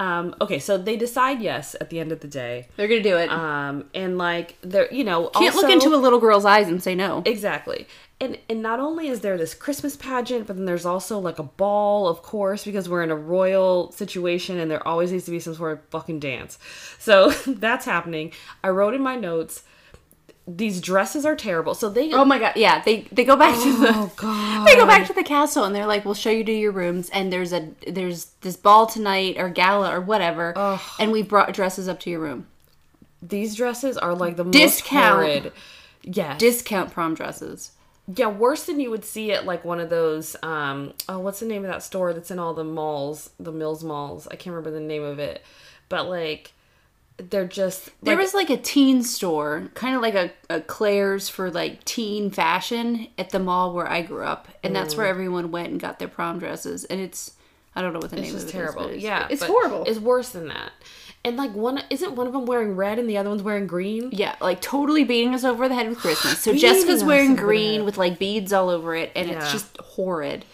Speaker 1: Um, okay, so they decide yes at the end of the day.
Speaker 2: They're gonna do it. Uh,
Speaker 1: um and like there you know
Speaker 2: Can't look into a little girl's eyes and say no.
Speaker 1: exactly and and not only is there this christmas pageant but then there's also like a ball of course because we're in a royal situation and there always needs to be some sort of fucking dance so that's happening i wrote in my notes these dresses are terrible. So they
Speaker 2: Oh my god, yeah. They they go back to the
Speaker 1: Oh, God.
Speaker 2: They go back to the castle and they're like, "We'll show you to your rooms." And there's a there's this ball tonight or gala or whatever, and we brought dresses up to your room.
Speaker 1: these dresses are like the
Speaker 2: Discount.
Speaker 1: most horrid. Yes.
Speaker 2: Discount prom dresses.
Speaker 1: yeah, worse than you would see at like one of those um oh what's the name of that store that's in all the malls, the Mills malls. I can't remember the name of it. But like they're just
Speaker 2: There
Speaker 1: like,
Speaker 2: was like a teen store, kind of like a, a Claire's for like teen fashion at the mall where I grew up, and that's
Speaker 1: Mm.
Speaker 2: where everyone went and got their prom dresses. And it's I don't know what the name
Speaker 1: It's
Speaker 2: of
Speaker 1: just
Speaker 2: it is,
Speaker 1: terrible.
Speaker 2: but it's,
Speaker 1: yeah,
Speaker 2: it's
Speaker 1: but
Speaker 2: horrible.
Speaker 1: It's worse than that. And like one isn't one of them wearing red and the other one's wearing green.
Speaker 2: yeah, like totally beating us over the head with Christmas. So
Speaker 1: Beating
Speaker 2: Jessica's
Speaker 1: us
Speaker 2: wearing
Speaker 1: over the
Speaker 2: green
Speaker 1: head.
Speaker 2: with like beads all over it, and it's
Speaker 1: Yeah.
Speaker 2: just horrid.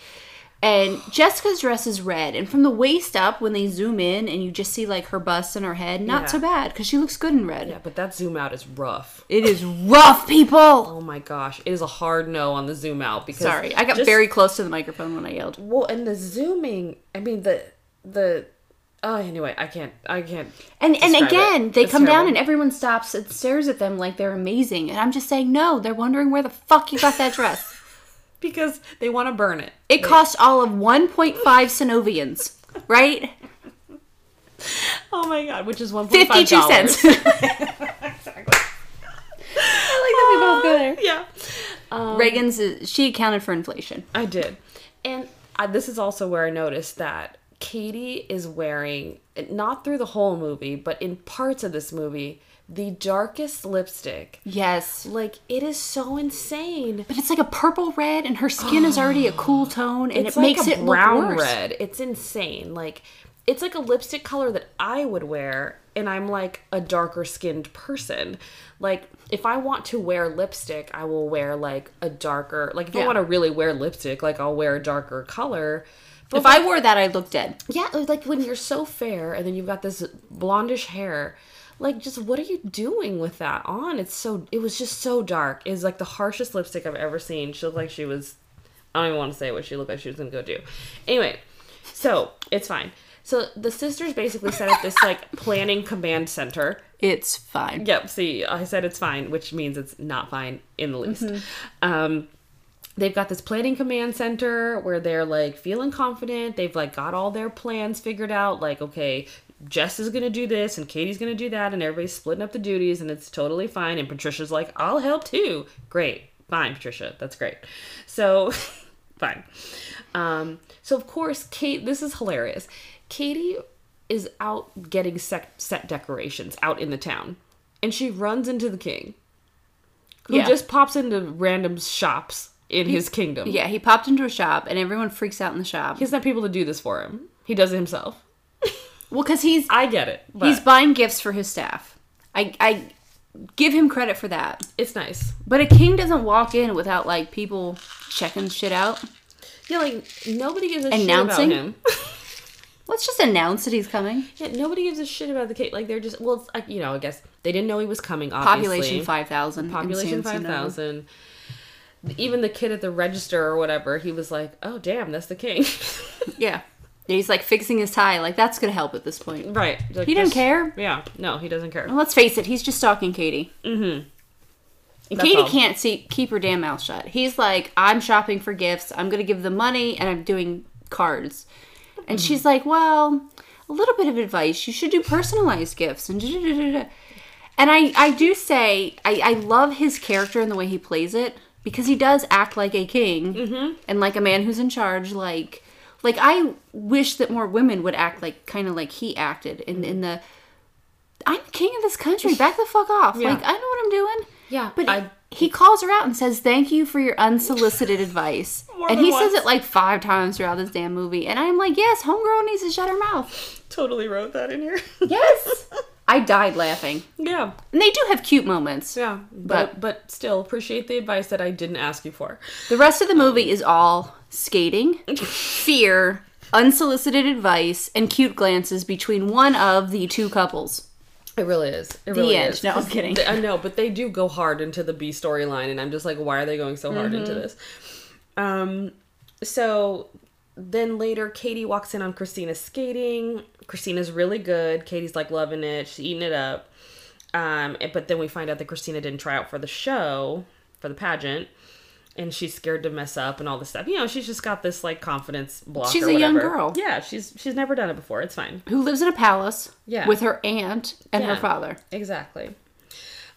Speaker 2: And Jessica's dress is red, and from the waist up, when they zoom in and you just see like her bust and her head, not
Speaker 1: Yeah.
Speaker 2: so bad because she looks good in red.
Speaker 1: Yeah, but that zoom out is rough.
Speaker 2: It is rough, people.
Speaker 1: Oh my gosh, it is a hard no on the zoom out because
Speaker 2: Sorry, I got
Speaker 1: just-
Speaker 2: very close to the microphone when I yelled.
Speaker 1: well. And the zooming, I mean the the oh anyway, I can't I can't
Speaker 2: And and
Speaker 1: describe
Speaker 2: again,
Speaker 1: it.
Speaker 2: they
Speaker 1: It's
Speaker 2: come down
Speaker 1: terrible.
Speaker 2: and everyone stops and stares at them like they're amazing. And I'm just saying, no, they're wondering where the fuck you got that dress.
Speaker 1: because they want to burn it.
Speaker 2: It cost all of 1.5 Synovians, right?
Speaker 1: Oh my god, which is one point five
Speaker 2: 52
Speaker 1: dollars.
Speaker 2: cents. exactly. I like that we both go there.
Speaker 1: yeah,
Speaker 2: Um, Reagan's, is- she accounted for inflation.
Speaker 1: I did, and I, this is also where I noticed that Katie is wearing not through the whole movie, but in parts of this movie, the darkest lipstick.
Speaker 2: Yes.
Speaker 1: Like it is so insane.
Speaker 2: But it's like a purple red, and her skin is already a cool tone, and
Speaker 1: It's
Speaker 2: it
Speaker 1: like
Speaker 2: makes
Speaker 1: a
Speaker 2: it
Speaker 1: brown
Speaker 2: look worse.
Speaker 1: red. It's insane. Like it's like a lipstick color that I would wear and I'm like a darker skinned person. Like if I want to wear lipstick, I will wear like a darker like if
Speaker 2: Yeah.
Speaker 1: I want to really wear lipstick, like I'll wear a darker color. But
Speaker 2: If I wore that, I'd look dead.
Speaker 1: yeah, it was like when you're so fair and then you've got this blondish hair. Like just what are you doing with that on? It's so it was just so dark. It was like the harshest lipstick I've ever seen. She looked like she was I don't even want to say what she looked like she was gonna go do. Anyway, so it's fine. So the sisters basically set up this like planning command center.
Speaker 2: It's fine.
Speaker 1: Yep, see, I said it's fine, which means it's not fine in the least. Um they've got this planning command center where they're like feeling confident they've like got all their plans figured out like okay jess is gonna do this and katie's gonna do that and everybody's splitting up the duties and it's totally fine and patricia's like i'll help too great fine patricia that's great so fine um so of course kate this is hilarious katie is out getting set, set decorations out in the town and she runs into the king who
Speaker 2: Yeah.
Speaker 1: just pops into random shops in his kingdom.
Speaker 2: Yeah, he popped into a shop, and everyone freaks out in the shop.
Speaker 1: He's not people to do this for him. He does it himself.
Speaker 2: Well, because he's
Speaker 1: I get it. But
Speaker 2: he's buying gifts for his staff. I I give him credit for that.
Speaker 1: it's nice.
Speaker 2: But a king doesn't walk in without like people checking shit out.
Speaker 1: Yeah, like nobody gives a
Speaker 2: Announcing?
Speaker 1: shit about him.
Speaker 2: Let's just announce that he's coming.
Speaker 1: yeah, nobody gives a shit about the cake. Like they're just well, it's, like, you know, I guess they didn't know he was coming. Obviously,
Speaker 2: Population five thousand.
Speaker 1: population five thousand. Even the kid at the register or whatever, he was like, "Oh damn, that's the king."
Speaker 2: Yeah. And he's like fixing his tie. Like that's gonna help at this point.
Speaker 1: right? Like,
Speaker 2: He didn't
Speaker 1: just-
Speaker 2: care.
Speaker 1: Yeah, no, he doesn't care.
Speaker 2: And let's face it, he's just stalking Katie. Mm-hmm. And
Speaker 1: That's
Speaker 2: Katie
Speaker 1: all.
Speaker 2: can't see keep her damn mouth shut. He's like, I'm shopping for gifts. I'm gonna give them money, and I'm doing cards. And
Speaker 1: Mm-hmm.
Speaker 2: she's like, Well, a little bit of advice. You should do personalized gifts. And da-da-da-da-da." and I I do say I I love his character and the way he plays it because he does act like a king
Speaker 1: Mm-hmm.
Speaker 2: and like a man who's in charge. Like like I wish that more women would act like kind of like he acted in in the I'm king of this country. Back the fuck off.
Speaker 1: Yeah.
Speaker 2: Like I know what I'm doing.
Speaker 1: Yeah,
Speaker 2: But
Speaker 1: I-
Speaker 2: he calls her out and says, "Thank you for your unsolicited advice."
Speaker 1: More
Speaker 2: and
Speaker 1: than
Speaker 2: he says
Speaker 1: once.
Speaker 2: it like five times throughout this damn movie. And I'm like, "Yes, homegirl needs to shut her mouth."
Speaker 1: Totally wrote that in here.
Speaker 2: Yes. I died laughing.
Speaker 1: yeah,
Speaker 2: And they do have cute moments.
Speaker 1: yeah, but but still appreciate the advice that I didn't ask you for.
Speaker 2: The rest of the movie is all skating, fear, unsolicited advice, and cute glances between one of the two couples.
Speaker 1: It really is. It really
Speaker 2: end.
Speaker 1: is.
Speaker 2: No, I'm kidding.
Speaker 1: They- I know, but they do go hard into the B storyline, and I'm just like, why are they going so hard into
Speaker 2: Mm-hmm.
Speaker 1: this? Um, so then later, Katie walks in on Christina skating. Christina's really good. Katie's like loving it. She's eating it up. Um, it- but then we find out that Christina didn't try out for the show, for the pageant, and she's scared to mess up and all this stuff. You know, she's just got this like confidence block.
Speaker 2: She's
Speaker 1: or
Speaker 2: a young
Speaker 1: whatever.
Speaker 2: girl.
Speaker 1: Yeah, she's she's never done it before. It's fine.
Speaker 2: Who lives in a palace
Speaker 1: Yeah.
Speaker 2: with her aunt and her
Speaker 1: Yeah.
Speaker 2: father.
Speaker 1: Exactly.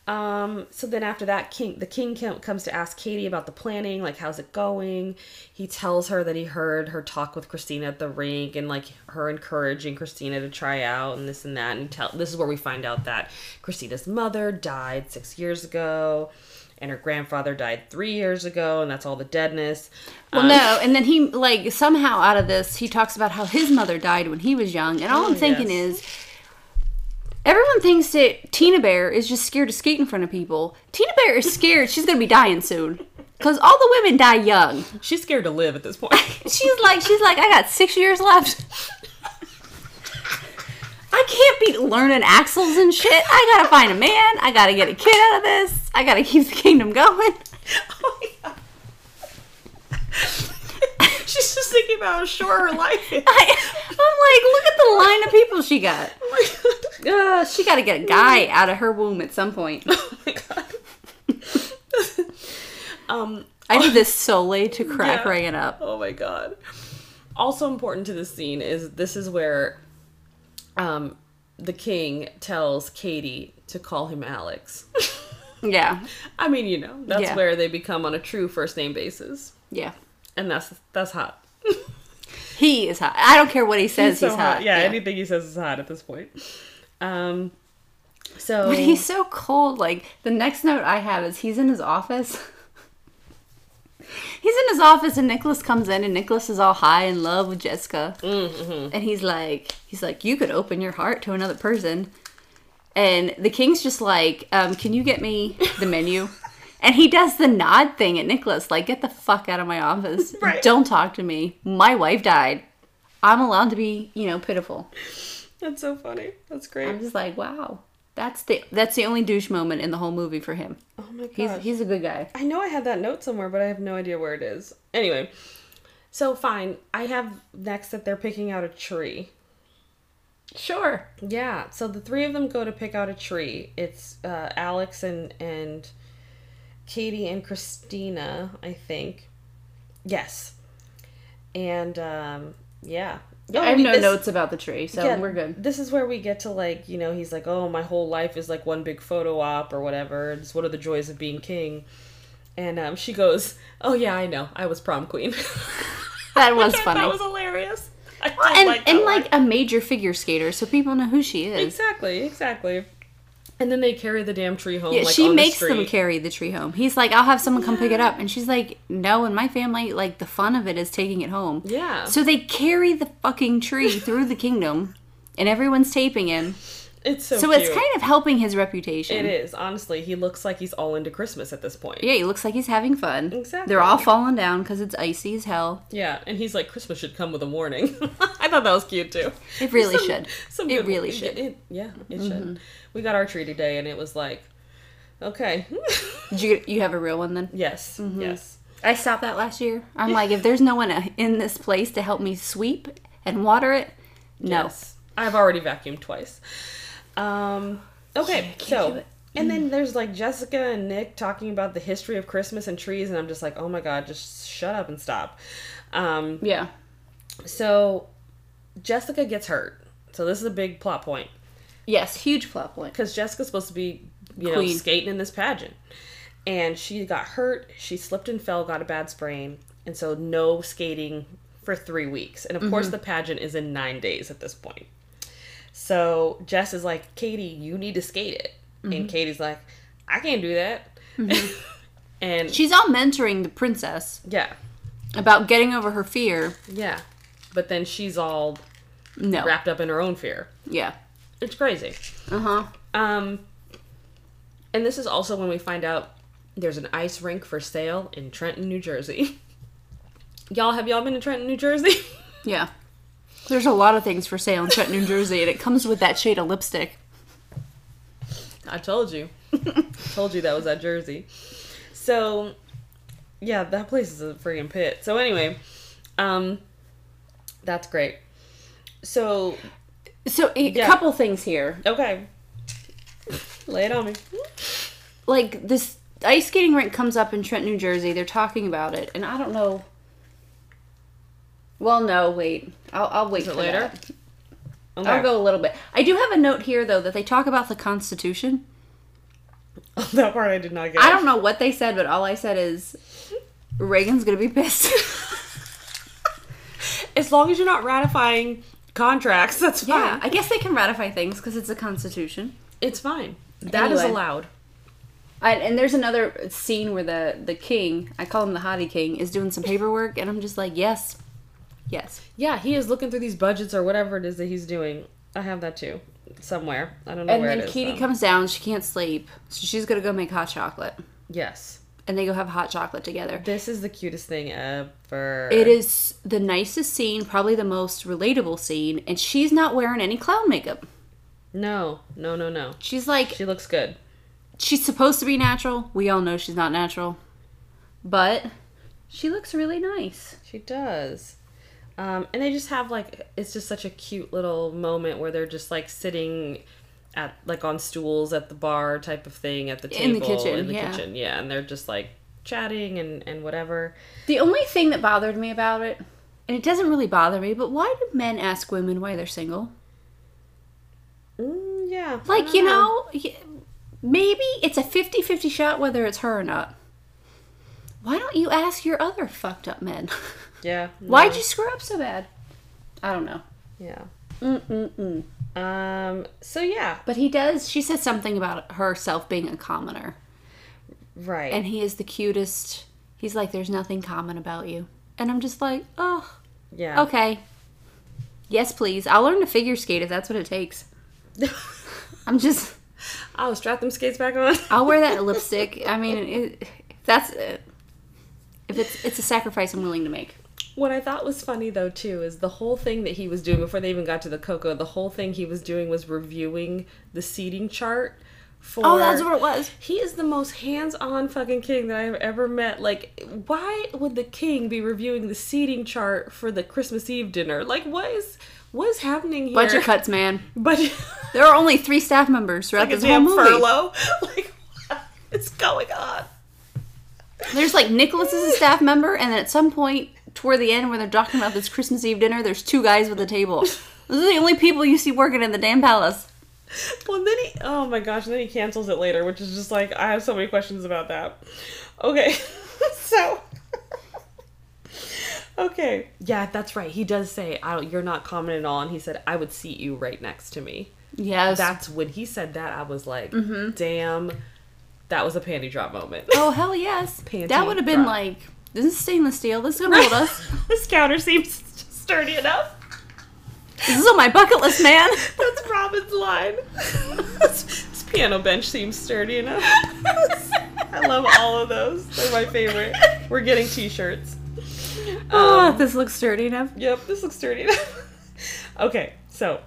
Speaker 1: Um, so then after that, King the King com- comes to ask Katie about the planning, like how's it going. He tells her that he heard her talk with Christina at the rink and like her encouraging Christina to try out and this and that. And tell this is where we find out that Christina's mother died six years ago, and her grandfather died three years ago, and that's all the deadness.
Speaker 2: Well, no, and then he like somehow out of this, he talks about how his mother died when he was young, and all I'm thinking
Speaker 1: Oh, yes.
Speaker 2: is everyone thinks that Tina Bear is just scared to skate in front of people. Tina Bear is scared she's gonna be dying soon because all the women die young.
Speaker 1: Um, She's scared to live at this point.
Speaker 2: She's like, she's like, I got six years left. I can't be learning axles and shit. I gotta find a man. I gotta get a kid out of this. I gotta keep the kingdom going.
Speaker 1: Oh She's just thinking about how short her life is.
Speaker 2: I, I'm like, look at the line of people she got.
Speaker 1: Oh my God.
Speaker 2: Uh, she got to get a guy out of her womb at some point.
Speaker 1: Oh my god. um.
Speaker 2: I did this solely to crack
Speaker 1: Yeah.
Speaker 2: Reagan up.
Speaker 1: Oh my god. Also important to this scene is this is where, um, the king tells Katie to call him Alex.
Speaker 2: Yeah,
Speaker 1: I mean, you know, that's
Speaker 2: Yeah.
Speaker 1: where they become on a true first name basis,
Speaker 2: yeah.
Speaker 1: and that's that's hot.
Speaker 2: He is hot. I don't care what he says. He's,
Speaker 1: so
Speaker 2: hot.
Speaker 1: Yeah, anything he says is hot at this point. Um. So
Speaker 2: But he's so cold. Like the next note I have is he's in his office. he's in his office, and Nicholas comes in, and Nicholas is all high in love with Jessica,
Speaker 1: Mm-hmm.
Speaker 2: and he's like, he's like, you could open your heart to another person, and the king's just like, um, can you get me the menu? And he does the nod thing at Nicholas, like, get the fuck out of my office.
Speaker 1: Right.
Speaker 2: Don't talk to me. My wife died. I'm allowed to be, you know, pitiful.
Speaker 1: that's so funny. That's great.
Speaker 2: I'm just like, wow. That's the that's the only douche moment in the whole movie for him.
Speaker 1: oh my god.
Speaker 2: He's he's a good guy.
Speaker 1: I know I had that note somewhere, but I have no idea where it is. Anyway, so fine. I have next that they're picking out a tree.
Speaker 2: Sure.
Speaker 1: Yeah, so the three of them go to pick out a tree. It's uh, Alex and and Katie and Christina, I think. Yes, and um, yeah. No,
Speaker 2: I have
Speaker 1: mean,
Speaker 2: no
Speaker 1: this-
Speaker 2: notes about the tree, so
Speaker 1: yeah,
Speaker 2: Oh, we're good.
Speaker 1: This is where we get to like, you know, he's like, "Oh, my whole life is like one big photo op or whatever. It's one of the joys of being king." And um, she goes, "Oh yeah, I know. I was prom queen."
Speaker 2: That was
Speaker 1: That
Speaker 2: funny.
Speaker 1: was hilarious. I did
Speaker 2: and
Speaker 1: like that
Speaker 2: and
Speaker 1: line.
Speaker 2: like a major figure skater, so people know who she is.
Speaker 1: exactly, exactly. And then they carry the damn tree home.
Speaker 2: Yeah,
Speaker 1: like,
Speaker 2: she
Speaker 1: on
Speaker 2: makes
Speaker 1: the
Speaker 2: them
Speaker 1: street.
Speaker 2: carry the tree home. He's like, I'll have someone come pick it up, and she's like, No, in my family, like the fun of it is taking it home.
Speaker 1: Yeah.
Speaker 2: So they carry the fucking tree through the kingdom, and everyone's taping him.
Speaker 1: It's so.
Speaker 2: So it's
Speaker 1: cute.
Speaker 2: kind of helping his reputation.
Speaker 1: It is honestly. He looks like he's all into Christmas at this point.
Speaker 2: Yeah, he looks like he's having fun.
Speaker 1: Exactly.
Speaker 2: They're all falling down because it's icy as hell.
Speaker 1: Yeah, and he's like, Christmas should come with a warning. I thought that was cute too.
Speaker 2: It really
Speaker 1: Some-
Speaker 2: should.
Speaker 1: some
Speaker 2: It
Speaker 1: good-
Speaker 2: really should. Mm-hmm.
Speaker 1: it- yeah, it should. We got our tree today, and it was like, okay,
Speaker 2: Did you you have a real one then?
Speaker 1: yes,
Speaker 2: Mm-hmm.
Speaker 1: yes.
Speaker 2: I stopped that last year. I'm like, if there's no one in this place to help me sweep and water it, no.
Speaker 1: Yes. I've already vacuumed twice. Um, okay,
Speaker 2: do
Speaker 1: so.
Speaker 2: it. Mm-hmm.
Speaker 1: And then there's like Jessica and Nick talking about the history of Christmas and trees, and I'm just like, oh my god, just shut up and stop. Um,
Speaker 2: Yeah.
Speaker 1: so Jessica gets hurt. So this is a big plot point.
Speaker 2: Yes. Huge plot point.
Speaker 1: because Jessica's supposed to be, you know,
Speaker 2: Queen.
Speaker 1: skating in this pageant. And she got hurt. She slipped and fell, got a bad sprain. And so no skating for three weeks. And of course, the pageant is in nine days at this point. So Jess is like, Katie, you need to skate it. And Katie's like, I can't do that. and
Speaker 2: She's all mentoring the princess
Speaker 1: yeah,
Speaker 2: about getting over her fear.
Speaker 1: yeah. But then she's all
Speaker 2: No.
Speaker 1: wrapped up in her own fear.
Speaker 2: Yeah.
Speaker 1: It's crazy.
Speaker 2: Uh huh.
Speaker 1: Um, and this is also when we find out there's an ice rink for sale in Trenton, New Jersey. y'all, have y'all been to Trenton, New Jersey?
Speaker 2: Yeah. There's a lot of things for sale in Trenton, New Jersey, and it comes with that shade of lipstick.
Speaker 1: I told you. told you that was at Jersey. So, yeah, that place is a friggin' pit. So, anyway, um, that's great. So,
Speaker 2: So a
Speaker 1: Yeah.
Speaker 2: couple things here.
Speaker 1: okay. Lay it on me.
Speaker 2: like this ice skating rink comes up in Trent, New Jersey. They're talking about it, and I don't know. Well, no, wait. I'll, I'll wait
Speaker 1: Is it
Speaker 2: for
Speaker 1: later?
Speaker 2: that. I'll go a little bit. I do have a note here though that they talk about the Constitution.
Speaker 1: that part I did not get.
Speaker 2: I don't know what they said, but all I said is Reagan's gonna be pissed.
Speaker 1: As long as you're not ratifying contracts, that's fine.
Speaker 2: yeah, Ah, I guess they can ratify things because it's a Constitution.
Speaker 1: It's fine. That is
Speaker 2: Anyway.
Speaker 1: allowed.
Speaker 2: I, and there's another scene where the the king, I call him the hottie king, is doing some paperwork, and I'm just like, yes, yes.
Speaker 1: Yeah, he is looking through these budgets or whatever it is that he's doing. I have that too somewhere. I don't know
Speaker 2: And
Speaker 1: where
Speaker 2: then
Speaker 1: it is.
Speaker 2: Katie
Speaker 1: though.
Speaker 2: comes down. She can't sleep, so she's gonna go make hot chocolate.
Speaker 1: Yes,
Speaker 2: And they go have hot chocolate together.
Speaker 1: this is the cutest thing ever.
Speaker 2: It is the nicest scene, probably the most relatable scene, and she's not wearing any clown makeup.
Speaker 1: No, no, no, no.
Speaker 2: She's like,
Speaker 1: She looks good.
Speaker 2: she's supposed to be natural. We all know she's not natural, but she looks really nice.
Speaker 1: She does. Um, and they just have like it's just such a cute little moment where they're just like sitting at like on stools at the bar type of thing at the table
Speaker 2: In the kitchen,
Speaker 1: in the
Speaker 2: yeah.
Speaker 1: kitchen, yeah, and they're just like chatting and and whatever.
Speaker 2: The only thing that bothered me about it, and it doesn't really bother me, but why do men ask women why they're single?
Speaker 1: Mm, yeah, I
Speaker 2: Like,
Speaker 1: don't
Speaker 2: you know, y- maybe it's a 50 50 shot whether it's her or not. Why don't you ask your other fucked up men?
Speaker 1: yeah. no,
Speaker 2: Why'd you screw up so bad? I don't know.
Speaker 1: Yeah.
Speaker 2: Mm-mm-mm.
Speaker 1: Um. So yeah.
Speaker 2: But he does. She says something about herself being a commoner,
Speaker 1: Right.
Speaker 2: and he is the cutest. He's like, "There's nothing common about you," and I'm just like, "Oh,
Speaker 1: yeah.
Speaker 2: okay, yes, please. I'll learn to figure skate if that's what it takes." I'm just.
Speaker 1: oh, strap them skates back on.
Speaker 2: I'll wear that lipstick. I mean, it, if that's uh, if it's it's a sacrifice I'm willing to make.
Speaker 1: What I thought was funny though too is the whole thing that he was doing before they even got to the cocoa. The whole thing he was doing was reviewing the seating chart for.
Speaker 2: Oh, that's what it was.
Speaker 1: He is the most hands-on fucking king that I have ever met. Like, why would the king be reviewing the seating chart for the Christmas Eve dinner? Like, what is what is happening here?
Speaker 2: Bunch of cuts, man.
Speaker 1: Budget.
Speaker 2: There are only three staff members throughout
Speaker 1: like a
Speaker 2: this whole
Speaker 1: damn
Speaker 2: movie.
Speaker 1: furlough. Like, what is going on?
Speaker 2: There's like Nicholas is a staff member, and then at some point toward the end, when they're talking about this Christmas Eve dinner, there's two guys with a table. Those are the only people you see working in the damn palace.
Speaker 1: Well, then he. Oh my gosh, and then he cancels it later, which is just like I have so many questions about that. Okay, so. okay. Yeah, that's right. He does say, "I don't. You're not common at all," and he said, "I would seat you right next to me."
Speaker 2: Yes.
Speaker 1: That's when he said that. I was like, "Damn, that was a panty drop moment."
Speaker 2: oh hell yes.
Speaker 1: Panty
Speaker 2: that would have been
Speaker 1: drop.
Speaker 2: like this is stainless steel. This is gonna hold us.
Speaker 1: this counter seems sturdy enough.
Speaker 2: This is on my bucket list, man.
Speaker 1: That's Robin's line. this, this piano bench seems sturdy enough. I love all of those. They're my favorite. We're getting t-shirts.
Speaker 2: Oh,
Speaker 1: Um,
Speaker 2: this looks sturdy enough.
Speaker 1: yep, this looks sturdy enough. okay, so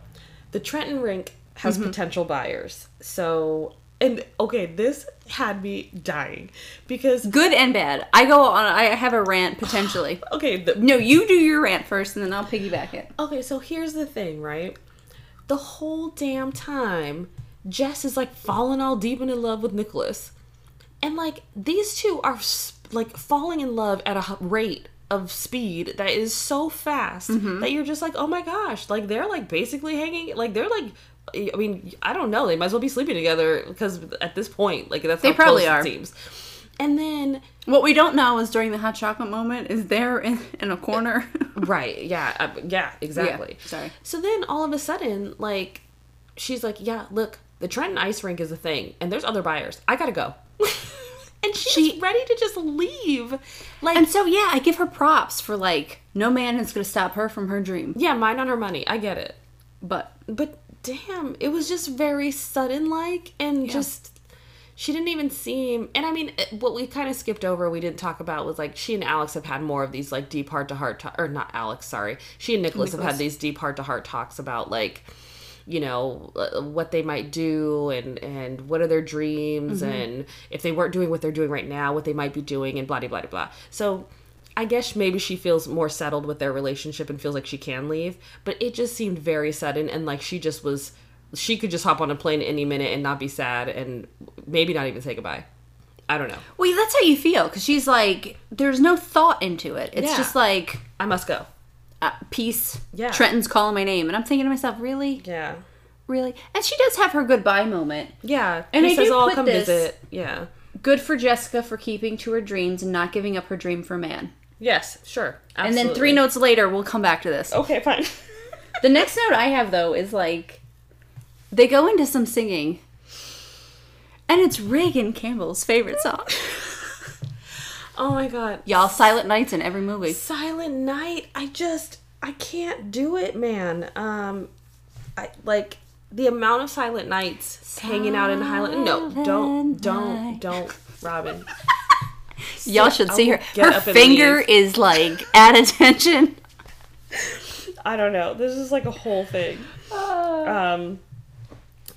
Speaker 1: the Trenton Rink has potential buyers. So, and okay, this had me dying because
Speaker 2: Good and bad. I go on. I have a rant potentially.
Speaker 1: okay, the,
Speaker 2: no, you do your rant first, and then I'll piggyback it.
Speaker 1: Okay, so here's the thing, right? The whole damn time, Jess is like falling all deep into love with Nicholas. And like these two are sp- like falling in love at a h- rate of speed that is so fast
Speaker 2: Mm-hmm.
Speaker 1: that you're just like, "Oh my gosh, like they're like basically hanging like they're like I mean, I don't know, they might as well be sleeping together because at this point, like that's
Speaker 2: They
Speaker 1: how
Speaker 2: probably
Speaker 1: close
Speaker 2: are.
Speaker 1: it seems." And then
Speaker 2: What we don't know is during the hot chocolate moment is there in, in a corner.
Speaker 1: Right. Yeah. Uh, yeah. Exactly.
Speaker 2: sorry.
Speaker 1: So then all of a sudden, like, she's like, "Yeah, look, the Trenton Ice Rink is a thing, and there's other buyers. I gotta go." and she's ready to just leave. Like,
Speaker 2: And so, yeah, I give her props for like, no man is going to stop her from her dream.
Speaker 1: yeah, mine on her money. I get it.
Speaker 2: But
Speaker 1: But damn, it was just very sudden, like, and just. She didn't even seem, and I mean, it- what we kind of skipped over, we didn't talk about was like she and Alex have had more of these like deep heart to heart, or not Alex, sorry, she and Nicholas, have
Speaker 2: Nicholas.
Speaker 1: had these deep heart to heart talks about like, you know, uh, what they might do and and what are their dreams and if they weren't doing what they're doing right now, what they might be doing and blah blah blah blah. So I guess maybe she feels more settled with their relationship and feels like she can leave, but it just seemed very sudden and like she just was she could just hop on a plane any minute and not be sad and maybe not even say goodbye. I don't know.
Speaker 2: Well, that's how you feel because she's like, there's no thought into it. It's
Speaker 1: Yeah.
Speaker 2: just like,
Speaker 1: I must go.
Speaker 2: uh, peace.
Speaker 1: Yeah.
Speaker 2: Trenton's calling my name, and I'm thinking to myself, really,
Speaker 1: Yeah.
Speaker 2: really. And she does have her goodbye moment.
Speaker 1: Yeah.
Speaker 2: And I do
Speaker 1: "Oh, I'll
Speaker 2: put this-
Speaker 1: Yeah.
Speaker 2: Good for Jessica for keeping to her dreams and not giving up her dream for man.
Speaker 1: Yes, sure.
Speaker 2: And then three
Speaker 1: absolutely.
Speaker 2: notes later, we'll come back to this.
Speaker 1: Okay, fine.
Speaker 2: The next note I have though is like, they go into some singing, and it's Reagan Campbell's favorite song.
Speaker 1: oh my god.
Speaker 2: Y'all, Silent Nights in every movie.
Speaker 1: Silent Night. I just I can't do it, man. Um I like the amount of Silent Nights hanging out in Highland. No, don't
Speaker 2: Silent
Speaker 1: don't
Speaker 2: night.
Speaker 1: don't Robin.
Speaker 2: Y'all should
Speaker 1: I
Speaker 2: see
Speaker 1: will
Speaker 2: her.
Speaker 1: get
Speaker 2: Her
Speaker 1: up and
Speaker 2: finger
Speaker 1: leave.
Speaker 2: is like at attention.
Speaker 1: I don't know. This is like a whole thing.
Speaker 2: Ah.
Speaker 1: Um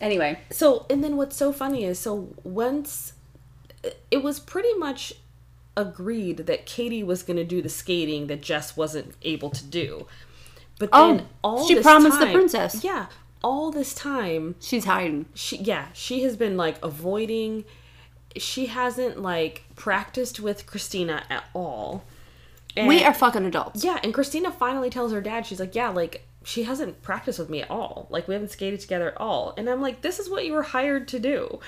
Speaker 2: Anyway,
Speaker 1: So, and then what's so funny is so once it was pretty much agreed that Katie was going to do the skating that Jess wasn't able to do. But
Speaker 2: Oh,
Speaker 1: then all
Speaker 2: she
Speaker 1: this
Speaker 2: promised the
Speaker 1: time-
Speaker 2: princess.
Speaker 1: Yeah, all this time
Speaker 2: she's hiding.
Speaker 1: she yeah, she has been like avoiding she hasn't like practiced with Christina at all. And,
Speaker 2: We are fucking adults.
Speaker 1: yeah, and Christina finally tells her dad, she's like, yeah, like she hasn't practiced with me at all. Like we haven't skated together at all. And I'm like, this is what you were hired to do.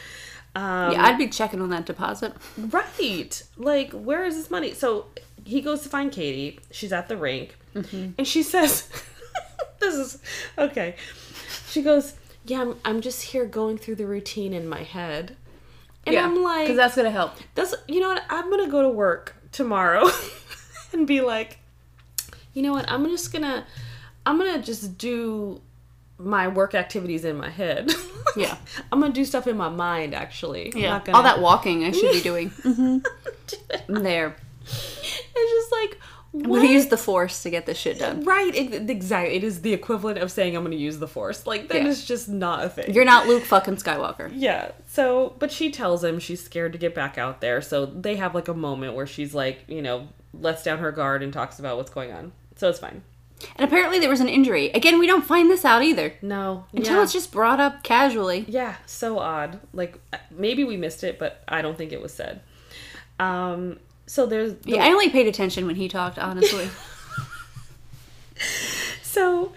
Speaker 1: Um,
Speaker 2: yeah, I'd be checking on that deposit.
Speaker 1: right. Like, where is this money? So he goes to find Katie. She's at the rink, and she says, "This is okay." She goes, "Yeah, I'm, I'm just here going through the routine in my head," and I'm like,
Speaker 2: because that's gonna help.
Speaker 1: that's you know what? I'm gonna go to work tomorrow and be like, you know what? I'm just gonna I'm gonna just do my work activities in my head.
Speaker 2: Yeah.
Speaker 1: I'm gonna do stuff in my mind actually. I'm
Speaker 2: Yeah,
Speaker 1: not gonna
Speaker 2: all that Mm-hmm. walking I should be doing. there,
Speaker 1: it's just like
Speaker 2: I'm
Speaker 1: what
Speaker 2: gonna use the force to get this shit done.
Speaker 1: right it, exactly it is the equivalent of saying I'm gonna use the force. Like that is
Speaker 2: Yeah.
Speaker 1: just not a thing.
Speaker 2: You're not Luke fucking Skywalker.
Speaker 1: Yeah. So, but she tells him she's scared to get back out there. So they have like a moment where she's like, you know, lets down her guard and talks about what's going on. So it's fine.
Speaker 2: And apparently there was an injury. Again, we don't find this out either
Speaker 1: No.
Speaker 2: until
Speaker 1: yeah.
Speaker 2: it's just brought up casually.
Speaker 1: yeah, so odd. Like uh, maybe we missed it, but I don't think it was said. Um so there's
Speaker 2: Yeah, I only paid attention when he talked. Honestly,
Speaker 1: so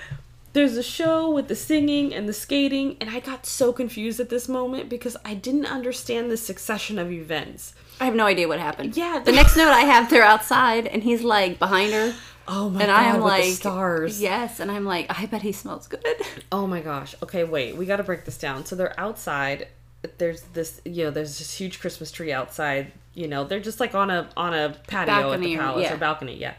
Speaker 1: there's a show with the singing and the skating and I got so confused at this moment because I didn't understand the succession of events.
Speaker 2: I have no idea what happened.
Speaker 1: Yeah,
Speaker 2: The next note I have, they're outside, and he's like behind her,
Speaker 1: Oh my
Speaker 2: and
Speaker 1: god,
Speaker 2: I am
Speaker 1: with
Speaker 2: like
Speaker 1: the stars.
Speaker 2: Yes, and I'm like, I bet he smells good.
Speaker 1: Oh my gosh. Okay, wait. We got to break this down. So they're outside. There's this, you know, there's this huge Christmas tree outside. You know, they're just like on a on a patio
Speaker 2: Balcony
Speaker 1: at the
Speaker 2: or-
Speaker 1: palace
Speaker 2: yeah.
Speaker 1: or balcony, yeah.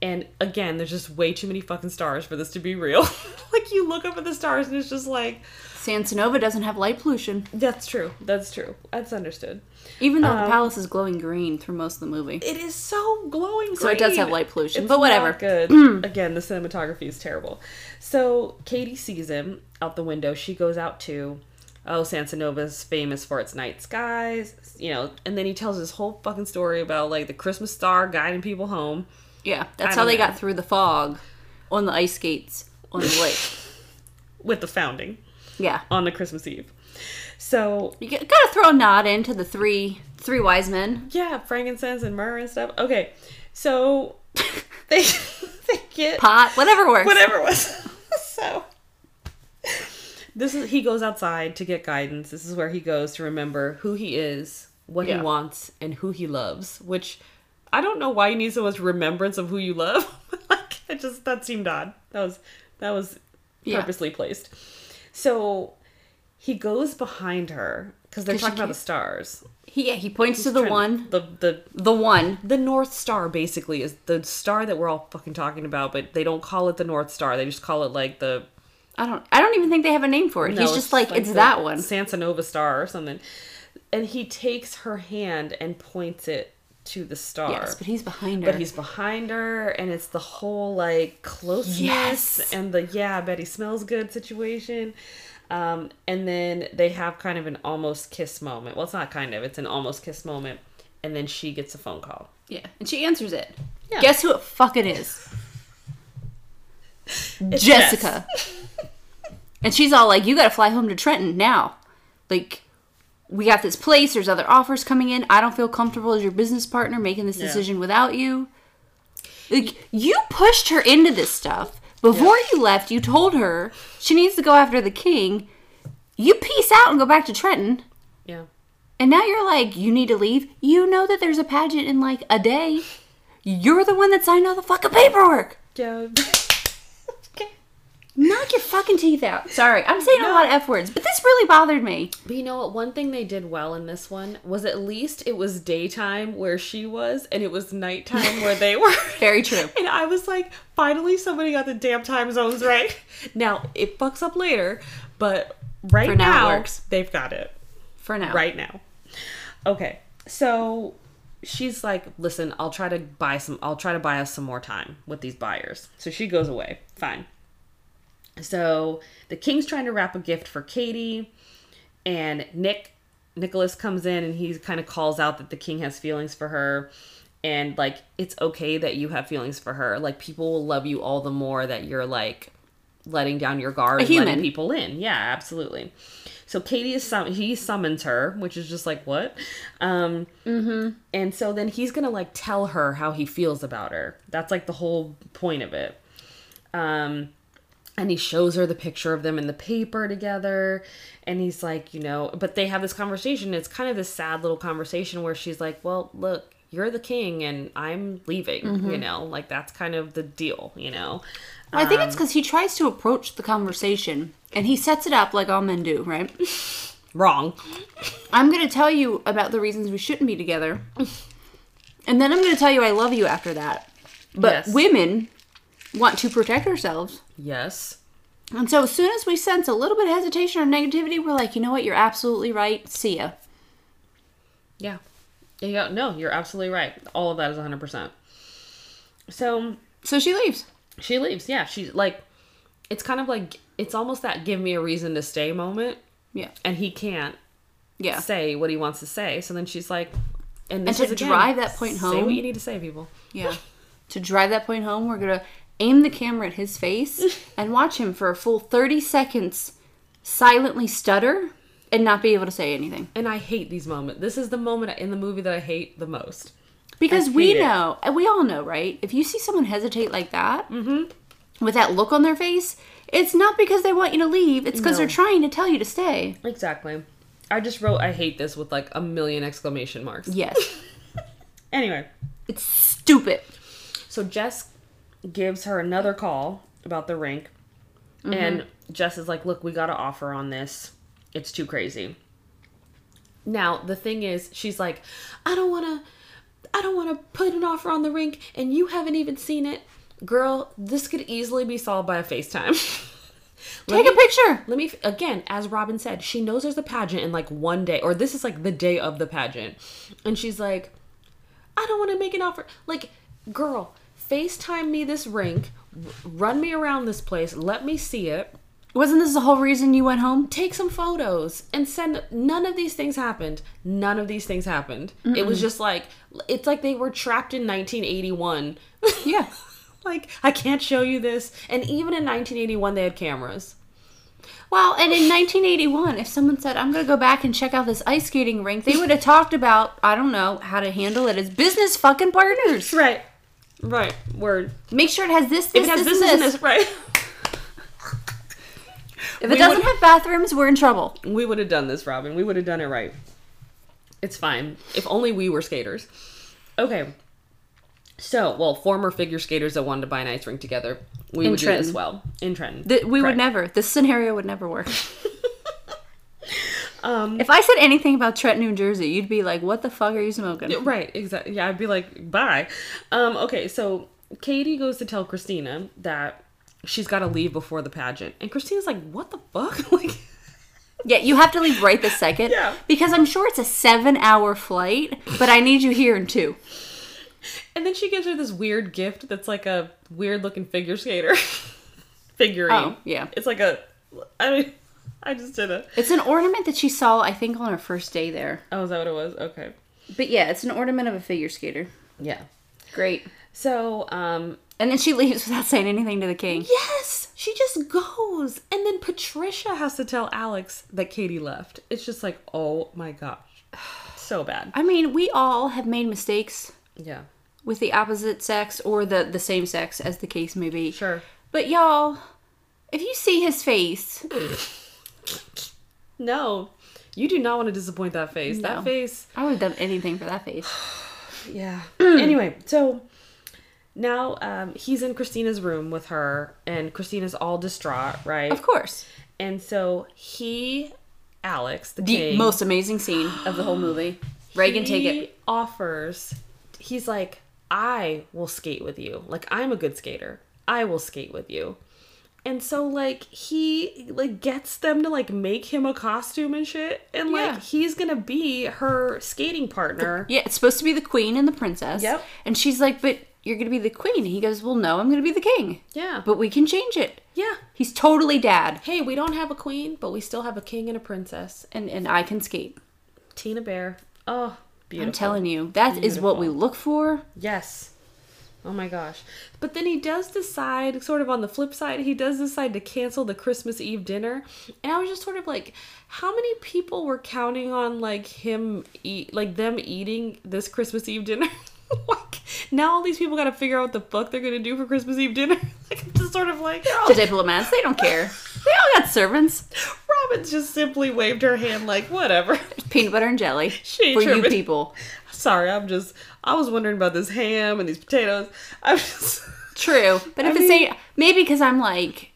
Speaker 1: And again, there's just way too many fucking stars for this to be real. like you look up at the stars and it's just like,
Speaker 2: Sansonova doesn't have light pollution,
Speaker 1: that's true. That's true. That's understood.
Speaker 2: even though the
Speaker 1: Uh-huh.
Speaker 2: palace is glowing green through most of the movie.
Speaker 1: It is so glowing. Green.
Speaker 2: So it does have light pollution,
Speaker 1: It's
Speaker 2: but whatever. Mm.
Speaker 1: not good. Again, the cinematography is terrible. So Katie sees him out the window. She goes out too. Oh, Sansanova's famous for its night skies, you know. And then he tells his whole fucking story about like the Christmas star guiding people home.
Speaker 2: Yeah, that's
Speaker 1: I
Speaker 2: how
Speaker 1: don't
Speaker 2: they
Speaker 1: know.
Speaker 2: got through the fog on the ice skates on the lake.
Speaker 1: with the founding
Speaker 2: yeah.
Speaker 1: on the Christmas Eve. So
Speaker 2: You g- gotta throw a nod into the three three wise men.
Speaker 1: yeah, frankincense and myrrh and stuff. Okay, so they they get
Speaker 2: Pot, whatever works.
Speaker 1: whatever it was. so this is he goes outside to get guidance. This is where he goes to remember who he is, what
Speaker 2: Yeah.
Speaker 1: he wants, and who he loves. Which I don't know why you need so much remembrance of who you love. like I just that seemed odd. That was that was
Speaker 2: Yeah.
Speaker 1: purposely placed. So he goes behind her because they're
Speaker 2: 'Cause she
Speaker 1: talking about the
Speaker 2: can't-
Speaker 1: stars.
Speaker 2: He, yeah, he points to the one.
Speaker 1: the the
Speaker 2: The one.
Speaker 1: the North Star basically is the star that we're all fucking talking about, but they don't call it the North Star. They just call it like the
Speaker 2: I don't I don't even think they have a name for it.
Speaker 1: No,
Speaker 2: He's just like, it's
Speaker 1: the
Speaker 2: that one.
Speaker 1: Sansanova star or something. And he takes her hand and points it to the star.
Speaker 2: Yes, but he's behind her.
Speaker 1: But he's behind her, and it's the whole like closeness
Speaker 2: Yes.
Speaker 1: and the yeah, I bet he smells good situation. Um, and then they have kind of an almost kiss moment. Well, it's not kind of, it's an almost kiss moment. And then she gets a phone call.
Speaker 2: Yeah. And she answers it.
Speaker 1: Yeah.
Speaker 2: Guess who it fucking is? Jessica. And she's all like, "You got to fly home to Trenton now. Like, we got this place. There's other offers coming in. I don't feel comfortable as your business partner making this decision without you." Like, you pushed her into this stuff before you left. You told her she needs to go after the king. You peace out and go back to Trenton.
Speaker 1: Yeah.
Speaker 2: And now you're like, you need to leave. You know that there's a pageant in like a day. You're the one that signed all the fucking paperwork.
Speaker 1: Yeah. okay.
Speaker 2: Knock your fucking teeth out. Sorry, I'm saying a lot of F words, but this really bothered me.
Speaker 1: But you know what? One thing they did well in this one was at least it was daytime where she was, and it was nighttime where they were.
Speaker 2: Very true.
Speaker 1: And I was like, finally, somebody got the damn time zones right. Now it fucks up later, but right
Speaker 2: For now,
Speaker 1: now,
Speaker 2: it works. Oh.
Speaker 1: they've got it
Speaker 2: For now.
Speaker 1: right now. Okay, so she's like, listen, I'll try to buy some. I'll try to buy us some more time with these buyers. So she goes away. Fine. So the king's trying to wrap a gift for Katie, and Nick Nicholas comes in and he kind of calls out that the king has feelings for her, and like it's okay that you have feelings for her. Like people will love you all the more that you're like letting down your guard and
Speaker 2: human.
Speaker 1: letting people in. Yeah, absolutely. So Katie is sum- he summons her, which is just like what, um, and so then he's gonna like tell her how he feels about her. That's like the whole point of it. Um, and he shows her the picture of them in the paper together and he's like you know but they have this conversation it's kind of this sad little conversation where she's like well look you're the king and i'm leaving you know like that's kind of the deal you know
Speaker 2: I think it's because he tries to approach the conversation and he sets it up like all men do, right?
Speaker 1: wrong
Speaker 2: I'm going to tell you about the reasons we shouldn't be together. And then I'm going to tell you I love you after that. But
Speaker 1: Yes.
Speaker 2: women want to protect ourselves.
Speaker 1: yes
Speaker 2: And so as soon as we sense a little bit of hesitation or negativity, we're like, you know what? You're absolutely right. See ya.
Speaker 1: Yeah. Yeah, no, you're absolutely right. All of that is 100%. So
Speaker 2: So she leaves.
Speaker 1: she leaves. Yeah, she's like, it's kind of like, it's almost that give me a reason to stay moment.
Speaker 2: Yeah.
Speaker 1: And he can't
Speaker 2: Yeah.
Speaker 1: say what he wants to say. So then she's like, and, this
Speaker 2: to
Speaker 1: is again,
Speaker 2: drive that point
Speaker 1: Say
Speaker 2: home-
Speaker 1: what you need to say, people.
Speaker 2: Yeah. to drive that point home, we're going to aim the camera at his face and watch him for a full 30 seconds silently stutter and not be able to say anything.
Speaker 1: And I hate these moments. This is the moment in the movie that I hate the most.
Speaker 2: Because
Speaker 1: I
Speaker 2: we
Speaker 1: hate it.
Speaker 2: know, and we all know, right? If you see someone hesitate like that,
Speaker 1: Mm-hmm.
Speaker 2: with that look on their face, it's not because they want you to leave, it's because
Speaker 1: No.
Speaker 2: they're trying to tell you to stay.
Speaker 1: Exactly. I just wrote, I hate this with like a million exclamation marks.
Speaker 2: Yes.
Speaker 1: Anyway.
Speaker 2: it's stupid.
Speaker 1: So Jess gives her another call about the rink,
Speaker 2: Mm-hmm.
Speaker 1: and Jess is like, "Look, we got to offer on this. It's too crazy." Now the thing is, she's like, "I don't want to, I don't want to put an offer on the rink, and you haven't even seen it, girl. This could easily be solved by a FaceTime." Let
Speaker 2: Take a
Speaker 1: me-
Speaker 2: picture.
Speaker 1: let me again as robin said she knows there's a pageant in like one day or this is like the day of the pageant and she's like i don't want to make an offer like girl facetime me this rink w- run me around this place let me see it
Speaker 2: Wasn't this the whole reason you went home?
Speaker 1: take some photos and send none of these things happened none of these things happened it was just like it's like they were trapped in 1981
Speaker 2: Yeah.
Speaker 1: like i can't show you this and even in 1981 they had cameras
Speaker 2: Well, and in 1981, if someone said, I'm going to go back and check out this ice skating rink, they would have talked about, I don't know, how to handle it as business fucking partners.
Speaker 1: right right word
Speaker 2: Make sure it has this,
Speaker 1: If
Speaker 2: this,
Speaker 1: it has
Speaker 2: this,
Speaker 1: this,
Speaker 2: and
Speaker 1: and
Speaker 2: this.
Speaker 1: this, right?
Speaker 2: If it
Speaker 1: we
Speaker 2: doesn't
Speaker 1: would-
Speaker 2: have bathrooms, we're in trouble.
Speaker 1: We would have done this, Robin. We would have done it right. It's fine. If only we were skaters. Okay. So, well, former figure skaters that wanted to buy an ice rink together, we
Speaker 2: In
Speaker 1: would do
Speaker 2: Trenton.
Speaker 1: this well in Trenton.
Speaker 2: Th- we would
Speaker 1: Correct.
Speaker 2: never. This scenario would never work.
Speaker 1: Um,
Speaker 2: if I said anything about Trenton, New Jersey, you'd be like, "What the fuck are you smoking?"
Speaker 1: Yeah, Right, exactly. Yeah, I'd be like, bye. Um, okay, so Katie goes to tell Christina that she's got to leave before the pageant, and Christina's like, "What the fuck?" like,
Speaker 2: Yeah, you have to leave right this second.
Speaker 1: Yeah.
Speaker 2: Because I'm sure it's a seven-hour flight, but I need you here in two.
Speaker 1: and then she gives her this weird gift that's like a weird-looking figure skater figurine.
Speaker 2: Oh, yeah.
Speaker 1: it's like a. I mean, I just did it.
Speaker 2: It's an ornament that she saw, I think, on her first day there.
Speaker 1: Oh, is that what it was? Okay.
Speaker 2: But yeah, it's an ornament of a figure skater.
Speaker 1: Yeah.
Speaker 2: Great.
Speaker 1: So, um,
Speaker 2: And then she leaves without saying anything to the king.
Speaker 1: Yes, she just goes. And then Patricia has to tell Alex that Katie left. It's just like, oh my gosh. So bad.
Speaker 2: I mean, we all have made mistakes
Speaker 1: Yeah.
Speaker 2: with the opposite sex or the, the same sex, as the case may be.
Speaker 1: Sure.
Speaker 2: But y'all, if you see his face,
Speaker 1: No. You do not want to disappoint that face.
Speaker 2: No.
Speaker 1: That face.
Speaker 2: I would have done anything for that face.
Speaker 1: Yeah. anyway, so now um, he's in Christina's room with her, and Christina's all distraught, right?
Speaker 2: Of course.
Speaker 1: And so he, Alex, the
Speaker 2: The
Speaker 1: king,
Speaker 2: most amazing scene of the whole movie. Reagan, take
Speaker 1: he
Speaker 2: it.
Speaker 1: offers. He's like, I will skate with you. Like I'm a good skater. I will skate with you. And so like he like gets them to like make him a costume and shit, and like
Speaker 2: Yeah.
Speaker 1: he's gonna be her skating partner.
Speaker 2: Yeah, it's supposed to be the queen and the princess.
Speaker 1: Yep.
Speaker 2: And she's like, but you're going to be the queen. And he goes, well, no, I'm going to be the king.
Speaker 1: Yeah.
Speaker 2: But we can change it.
Speaker 1: yeah.
Speaker 2: He's totally dad.
Speaker 1: Hey, we don't have a queen, but we still have a king and a princess.
Speaker 2: And, and I can skate.
Speaker 1: Tina Bear. Oh, beautiful.
Speaker 2: I'm telling you, that is what we look for.
Speaker 1: Yes. Oh my gosh. But then he does decide, sort of on the flip side, he does decide to cancel the Christmas Eve dinner. And I was just sort of like, how many people were counting on like him eat like them eating this Christmas Eve dinner? like now all these people gotta figure out what the fuck they're gonna do for Christmas Eve dinner. like I'm just sort of like they're all-
Speaker 2: The diplomats, they don't care. They all got servants.
Speaker 1: Robin's just simply waved her hand like, whatever.
Speaker 2: Peanut butter and jelly
Speaker 1: She
Speaker 2: for you
Speaker 1: determined-
Speaker 2: people.
Speaker 1: Sorry, I'm just I was wondering about this ham and these potatoes. I'm just
Speaker 2: True. But
Speaker 1: I
Speaker 2: if it's
Speaker 1: mean-
Speaker 2: a maybe because I'm like,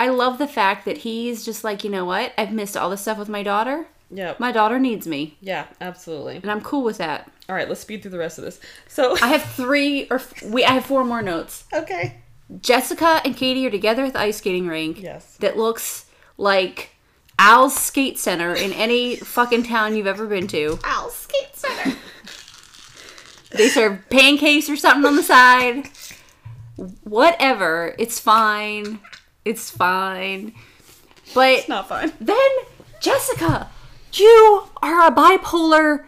Speaker 2: I love the fact that he's just like, you know what? I've missed all this stuff with my daughter.
Speaker 1: Yeah.
Speaker 2: My daughter needs me,
Speaker 1: yeah, absolutely.
Speaker 2: and I'm cool with that.
Speaker 1: All right, let's speed through the rest of this. So,
Speaker 2: I have three or f- we. I have four more notes.
Speaker 1: okay.
Speaker 2: Jessica and Katie are together at the ice skating rink.
Speaker 1: Yes.
Speaker 2: That looks like Al's Skate Center in any fucking town you've ever been to.
Speaker 1: Ow, skate center.
Speaker 2: They serve pancakes or something on the side. Whatever. It's fine. It's fine. But
Speaker 1: Not fun.
Speaker 2: Then, Jessica, you are a bipolar.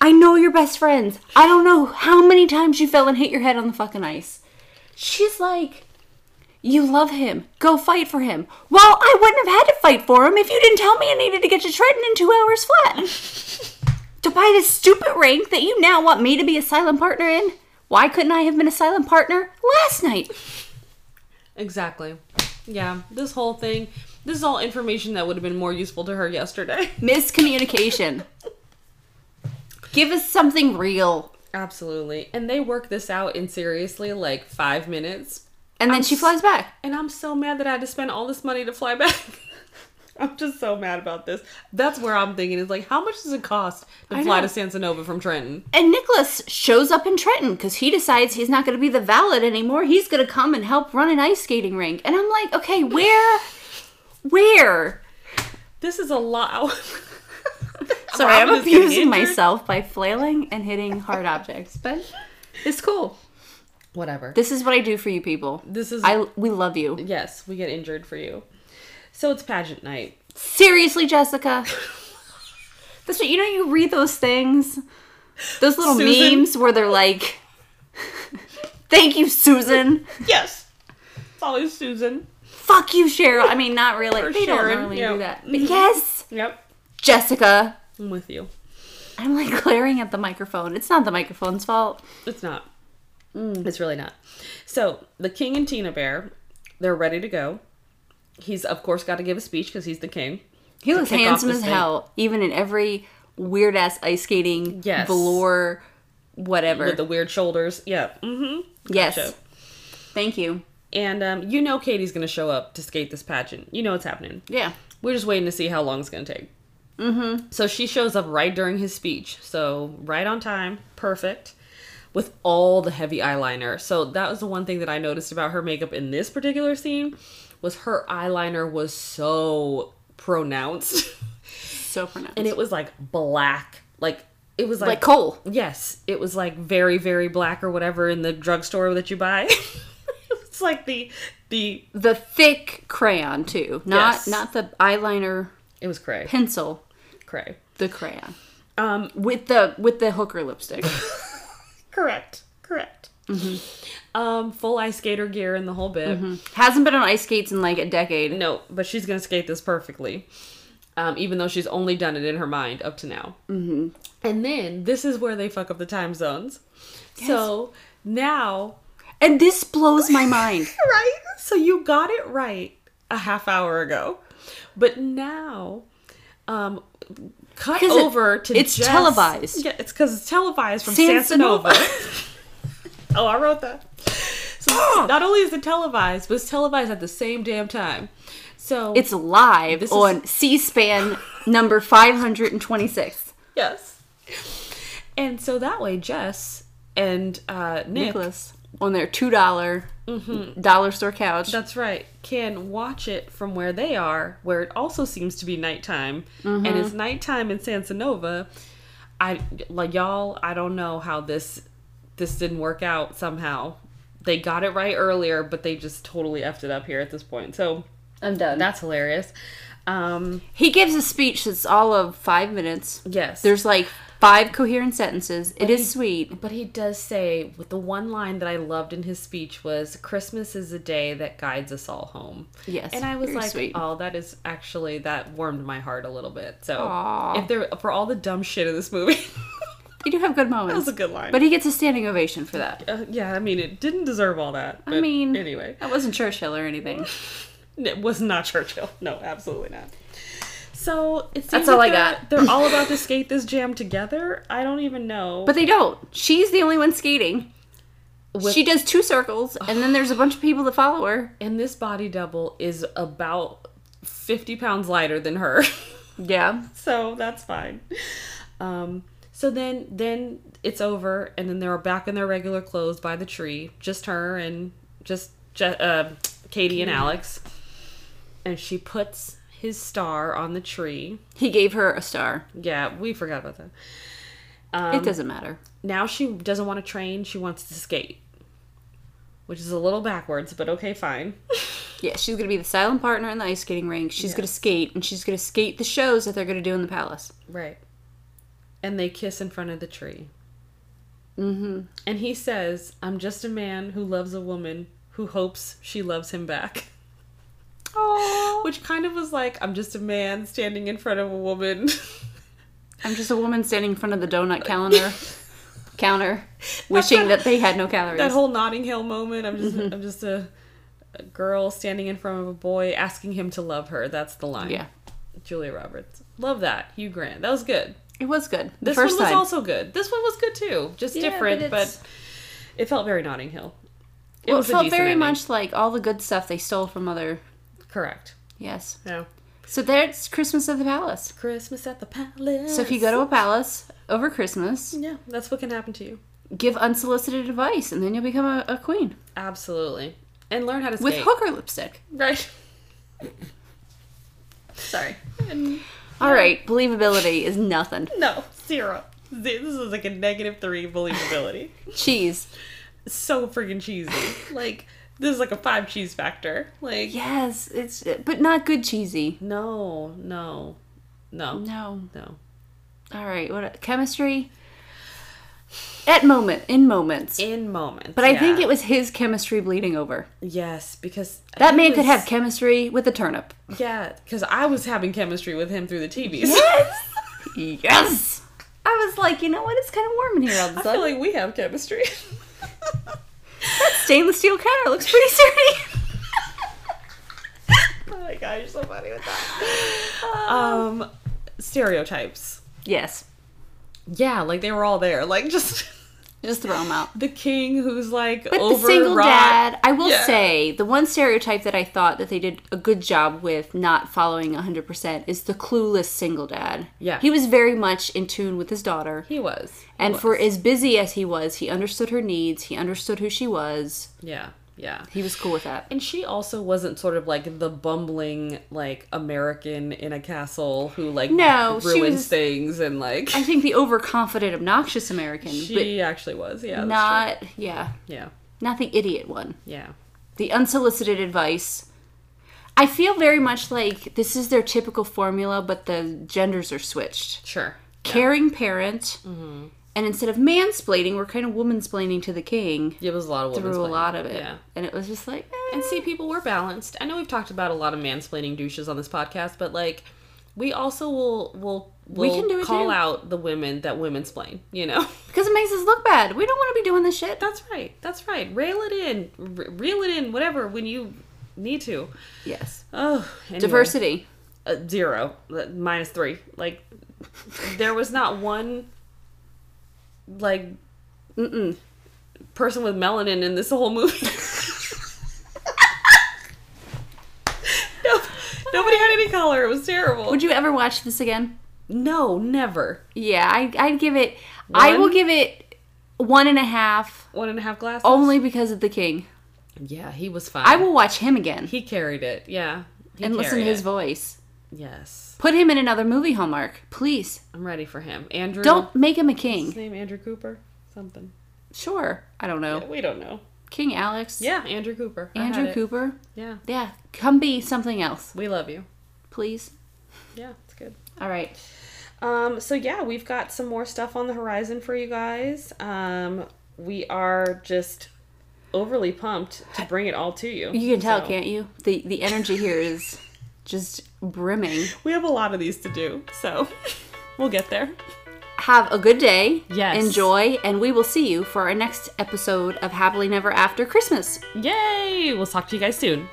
Speaker 2: I know you're best friends. I don't know how many times you fell and hit your head on the fucking ice. She's like, You love him. Go fight for him. Well, I wouldn't have had to fight for him if you didn't tell me I needed to get to Trenton in two hours flat. to buy this stupid rank that you now want me to be a silent partner in? Why couldn't I have been a silent partner last night?
Speaker 1: Exactly. Yeah, this whole thing, this is all information that would have been more useful to her yesterday.
Speaker 2: Miscommunication. Give us something real.
Speaker 1: Absolutely. And they work this out in seriously like five minutes.
Speaker 2: And then she flies back.
Speaker 1: And I'm so mad that I had to spend all this money to fly back. I'm just so mad about this. That's where I'm thinking is like, how much does it cost to
Speaker 2: I
Speaker 1: fly
Speaker 2: know.
Speaker 1: to Sansanova from Trenton?
Speaker 2: And Nicholas shows up in Trenton because he decides he's not going to be the valet anymore. He's going to come and help run an ice skating rink. And I'm like, okay, where? Where?
Speaker 1: This is a lot.
Speaker 2: Sorry, I'm
Speaker 1: Robin is getting
Speaker 2: abusing
Speaker 1: injured.
Speaker 2: myself by flailing and hitting hard objects, but it's cool.
Speaker 1: Whatever.
Speaker 2: This is what I do for you people.
Speaker 1: This is
Speaker 2: I we love you.
Speaker 1: yes, we get injured for you. So it's pageant night.
Speaker 2: Seriously, Jessica. That's what you know. You read those things, those little
Speaker 1: Susan.
Speaker 2: memes where they're like, "Thank you, Susan."
Speaker 1: Yes. It's always Susan.
Speaker 2: Fuck you, Cheryl. I mean, not really.
Speaker 1: Or
Speaker 2: they
Speaker 1: Sharon,
Speaker 2: don't really
Speaker 1: yeah. Mm-hmm.
Speaker 2: do that. But yes,
Speaker 1: Yep.
Speaker 2: Jessica.
Speaker 1: I'm with you.
Speaker 2: I'm like glaring at the microphone. It's not the microphone's fault.
Speaker 1: It's not.
Speaker 2: Mm.
Speaker 1: It's really not. So the king and Tina Bear, they're ready to go. He's of course got to give a speech because he's the king.
Speaker 2: He looks
Speaker 1: kick off
Speaker 2: handsome
Speaker 1: this
Speaker 2: as
Speaker 1: thing.
Speaker 2: hell, even in every weird ass ice skating,
Speaker 1: Yes.
Speaker 2: velour, whatever.
Speaker 1: With the weird shoulders. Yeah. Mm-hmm.
Speaker 2: yes.
Speaker 1: show.
Speaker 2: Thank you.
Speaker 1: And um, you know Katie's gonna show up to skate this pageant. You know it's happening.
Speaker 2: Yeah.
Speaker 1: We're just waiting to see how long it's gonna take. Mm-hmm. So she shows up right during his speech. So right on time, perfect, with all the heavy eyeliner. So that was the one thing that I noticed about her makeup in this particular scene was her eyeliner was so pronounced,
Speaker 2: So pronounced.
Speaker 1: and it was like black, like it was like,
Speaker 2: like coal.
Speaker 1: Yes, it was like very very black or whatever in the drugstore that you buy. it's like the the
Speaker 2: The thick crayon too. Not
Speaker 1: Yes.
Speaker 2: not the eyeliner
Speaker 1: it was cray
Speaker 2: pencil.
Speaker 1: cray.
Speaker 2: The crayon
Speaker 1: Um,
Speaker 2: with the with the hooker lipstick.
Speaker 1: Correct. Correct. Um, full ice skater gear and the whole bit.
Speaker 2: Hasn't been on ice skates in like a decade.
Speaker 1: No, but she's gonna skate this perfectly. Um, even though she's only done it in her mind up to now. Mm-hmm. And then this is where they fuck up the time zones. So now,
Speaker 2: And this blows my mind.
Speaker 1: right? So you got it right a half hour ago, but now, um, cut
Speaker 2: 'Cause it-
Speaker 1: over to
Speaker 2: it's
Speaker 1: just-
Speaker 2: televised.
Speaker 1: Yeah, it's because it's televised from
Speaker 2: Sansanova.
Speaker 1: Sansanova. oh, I wrote that. So
Speaker 2: Ah!
Speaker 1: not only is it televised, but it's televised at the same damn time. So
Speaker 2: It's live
Speaker 1: This is-
Speaker 2: on C-SPAN number 526.
Speaker 1: Yes. And so that way, Jess and uh, Nick,
Speaker 2: Nicholas on their $2 dollar
Speaker 1: Mm-hmm.
Speaker 2: dollar store couch.
Speaker 1: that's right, can watch it from where they are, where it also seems to be nighttime,
Speaker 2: Mm-hmm.
Speaker 1: and it's nighttime in Sansanova. I like y'all. I don't know how this this didn't work out somehow. They got it right earlier, but they just totally effed it up here at this point. So
Speaker 2: I'm done.
Speaker 1: that's hilarious. Um,
Speaker 2: He gives a speech that's all of 5 minutes.
Speaker 1: yes,
Speaker 2: There's like five coherent sentences. It is sweet.
Speaker 1: But he does say with the one line that I loved in his speech was Christmas is a day that guides us all home.
Speaker 2: Yes,
Speaker 1: And I was
Speaker 2: very
Speaker 1: like,
Speaker 2: sweet.
Speaker 1: "Oh, that is actually that warmed my heart a little bit." So,
Speaker 2: Aw.
Speaker 1: if there for all the dumb shit in this movie,
Speaker 2: They do have good
Speaker 1: that was
Speaker 2: moments.
Speaker 1: a good line.
Speaker 2: But he gets a standing ovation for that.
Speaker 1: uh, yeah, I mean, it didn't deserve all that.
Speaker 2: I
Speaker 1: but
Speaker 2: mean,
Speaker 1: anyway,
Speaker 2: that wasn't Churchill or anything.
Speaker 1: it was not Churchill. No, absolutely not. So it seems
Speaker 2: That's all
Speaker 1: like
Speaker 2: I got.
Speaker 1: They're, they're all about to skate this jam together. I don't even know.
Speaker 2: But they don't. She's the only one skating.
Speaker 1: With-
Speaker 2: she does two circles, and then there's a bunch of people that follow her.
Speaker 1: and this body double is about fifty pounds lighter than her.
Speaker 2: Yeah.
Speaker 1: so that's fine. Um, so then then it's over, and then they're back in their regular clothes by the tree, just her and just Je- uh, Katie and Alex. And she puts his star on the tree.
Speaker 2: He gave her a star.
Speaker 1: Yeah, we forgot about that.
Speaker 2: it doesn't matter.
Speaker 1: Now she doesn't want to train; she wants to skate, which is a little backwards, but okay, fine.
Speaker 2: Yeah, she's going to be the silent partner in the ice skating rink. She's going to skate, and she's going to skate the shows that they're going to do in the palace.
Speaker 1: Right. And they kiss in front of the tree. Mm-hmm. And he says, I'm just a man who loves a woman who hopes she loves him back.
Speaker 2: Oh.
Speaker 1: Which kind of was like, I'm just a man standing in front of a woman.
Speaker 2: I'm just a woman standing in front of the donut calendar counter, wishing that they had no calories.
Speaker 1: that whole Notting Hill moment. I'm just
Speaker 2: Mm-hmm.
Speaker 1: I'm just a, a girl standing in front of a boy asking him to love her. That's the line.
Speaker 2: yeah,
Speaker 1: Julia Roberts. Love that. Hugh Grant. That was good.
Speaker 2: it was good. The
Speaker 1: This
Speaker 2: first
Speaker 1: one was
Speaker 2: time,
Speaker 1: also good. This one was good too. Just
Speaker 2: Yeah, but
Speaker 1: different, but,
Speaker 2: it's-
Speaker 1: it felt very Notting Hill.
Speaker 2: it,
Speaker 1: was a
Speaker 2: felt
Speaker 1: decent
Speaker 2: very
Speaker 1: ending.
Speaker 2: much like all the good stuff they stole from other.
Speaker 1: Correct.
Speaker 2: Yes.
Speaker 1: Yeah.
Speaker 2: So there's Christmas at the Palace.
Speaker 1: Christmas at the palace.
Speaker 2: So if you go to a palace over Christmas,
Speaker 1: yeah, that's what can happen to you.
Speaker 2: give unsolicited advice, and then you'll become a, a queen
Speaker 1: Absolutely, and learn how to skate.
Speaker 2: with hooker lipstick.
Speaker 1: right?
Speaker 2: Sorry. All right, believability is nothing.
Speaker 1: No, zero. Z- This is like a negative three believability.
Speaker 2: Cheese.
Speaker 1: so freaking cheesy. Like this is like a five cheese factor. Like
Speaker 2: Yes, it's but not good cheesy.
Speaker 1: no, no, no,
Speaker 2: No.
Speaker 1: no.
Speaker 2: All right, what chemistry? At moment, in moments.
Speaker 1: In moments,
Speaker 2: but I think it was his chemistry bleeding over.
Speaker 1: yes because
Speaker 2: That
Speaker 1: he
Speaker 2: man could
Speaker 1: was-
Speaker 2: have chemistry with a turnip.
Speaker 1: yeah because I was having chemistry with him through the TVs.
Speaker 2: Yes. yes. I was like, you know what? It's kind of warm in here all of a
Speaker 1: I feel
Speaker 2: sudden.
Speaker 1: like we have chemistry.
Speaker 2: Stainless steel counter looks pretty sturdy.
Speaker 1: Oh my gosh, you're so funny with that. Um, stereotypes.
Speaker 2: yes.
Speaker 1: Yeah, like they were all there. Like just
Speaker 2: Just throw him out.
Speaker 1: the king who's like
Speaker 2: But
Speaker 1: overwrought.
Speaker 2: the single dad, I will
Speaker 1: Yeah.
Speaker 2: say, the one stereotype that I thought that they did a good job with not following 100% is the clueless single dad.
Speaker 1: Yeah.
Speaker 2: He was very much in tune with his daughter.
Speaker 1: He was.
Speaker 2: And for as busy as he was, he understood her needs. He understood who she was.
Speaker 1: Yeah, yeah.
Speaker 2: He was cool with that.
Speaker 1: And she also wasn't sort of like the bumbling like American in a castle who like
Speaker 2: No, she
Speaker 1: ruins
Speaker 2: was-
Speaker 1: things and like
Speaker 2: I think the overconfident, obnoxious American,
Speaker 1: she actually was. Yeah,
Speaker 2: but
Speaker 1: that's
Speaker 2: not, yeah,
Speaker 1: true. Yeah,
Speaker 2: not the idiot one.
Speaker 1: yeah.
Speaker 2: The unsolicited advice. I feel very much like this is their typical formula, but the genders are switched.
Speaker 1: Sure. Mm-hmm.
Speaker 2: Caring parent And instead of mansplaining, we're kind of womansplaining to the king
Speaker 1: It was a lot of
Speaker 2: through a
Speaker 1: womansplaining.
Speaker 2: lot of it.
Speaker 1: Yeah.
Speaker 2: And it was just like, eh.
Speaker 1: And see, people were balanced. I know we've talked about a lot of mansplaining douches on this podcast, but like, we also will will
Speaker 2: We
Speaker 1: will
Speaker 2: can do it
Speaker 1: call
Speaker 2: too.
Speaker 1: out the women that women splain. You know,
Speaker 2: because it makes us look bad. We don't want to be doing this shit.
Speaker 1: that's right. That's right. Rail it in, re- reel it in, whatever when you need to.
Speaker 2: Yes.
Speaker 1: Oh, anyway.
Speaker 2: Diversity.
Speaker 1: uh, zero uh, minus three. Like, there was not one like
Speaker 2: Mm-mm.
Speaker 1: person with melanin in this whole movie. no, nobody had any color. It was terrible.
Speaker 2: Would you ever watch this again?
Speaker 1: no, never.
Speaker 2: Yeah, I, I'd give it. I will
Speaker 1: One?
Speaker 2: give it one and a half,
Speaker 1: One and a half glasses.
Speaker 2: only because of the king.
Speaker 1: yeah, he was fine.
Speaker 2: I will watch him again
Speaker 1: He carried it. Yeah, He
Speaker 2: and listen to
Speaker 1: carried
Speaker 2: his
Speaker 1: it.
Speaker 2: voice.
Speaker 1: yes,
Speaker 2: Put him in another movie, Hallmark, please.
Speaker 1: I'm ready for him. Andrew.
Speaker 2: Don't make him a
Speaker 1: His
Speaker 2: king.
Speaker 1: name Andrew Cooper. Something.
Speaker 2: Sure, I don't know.
Speaker 1: We don't know.
Speaker 2: King Alex.
Speaker 1: Yeah, Andrew Cooper. I had
Speaker 2: Andrew
Speaker 1: it.
Speaker 2: Cooper.
Speaker 1: Yeah,
Speaker 2: Yeah, come be something else,
Speaker 1: we love you.
Speaker 2: please.
Speaker 1: Yeah, it's good.
Speaker 2: All right.
Speaker 1: Um, so yeah, we've got some more stuff on the horizon for you guys. Um, we are just overly pumped to bring it all to you.
Speaker 2: You can tell,
Speaker 1: So-
Speaker 2: can't you? The the energy here is just brimming.
Speaker 1: We have a lot of these to do, so we'll get there.
Speaker 2: Have a good day.
Speaker 1: Yes.
Speaker 2: Enjoy, and we will see you for our next episode of Happily Never After Christmas.
Speaker 1: Yay! We'll talk to you guys soon.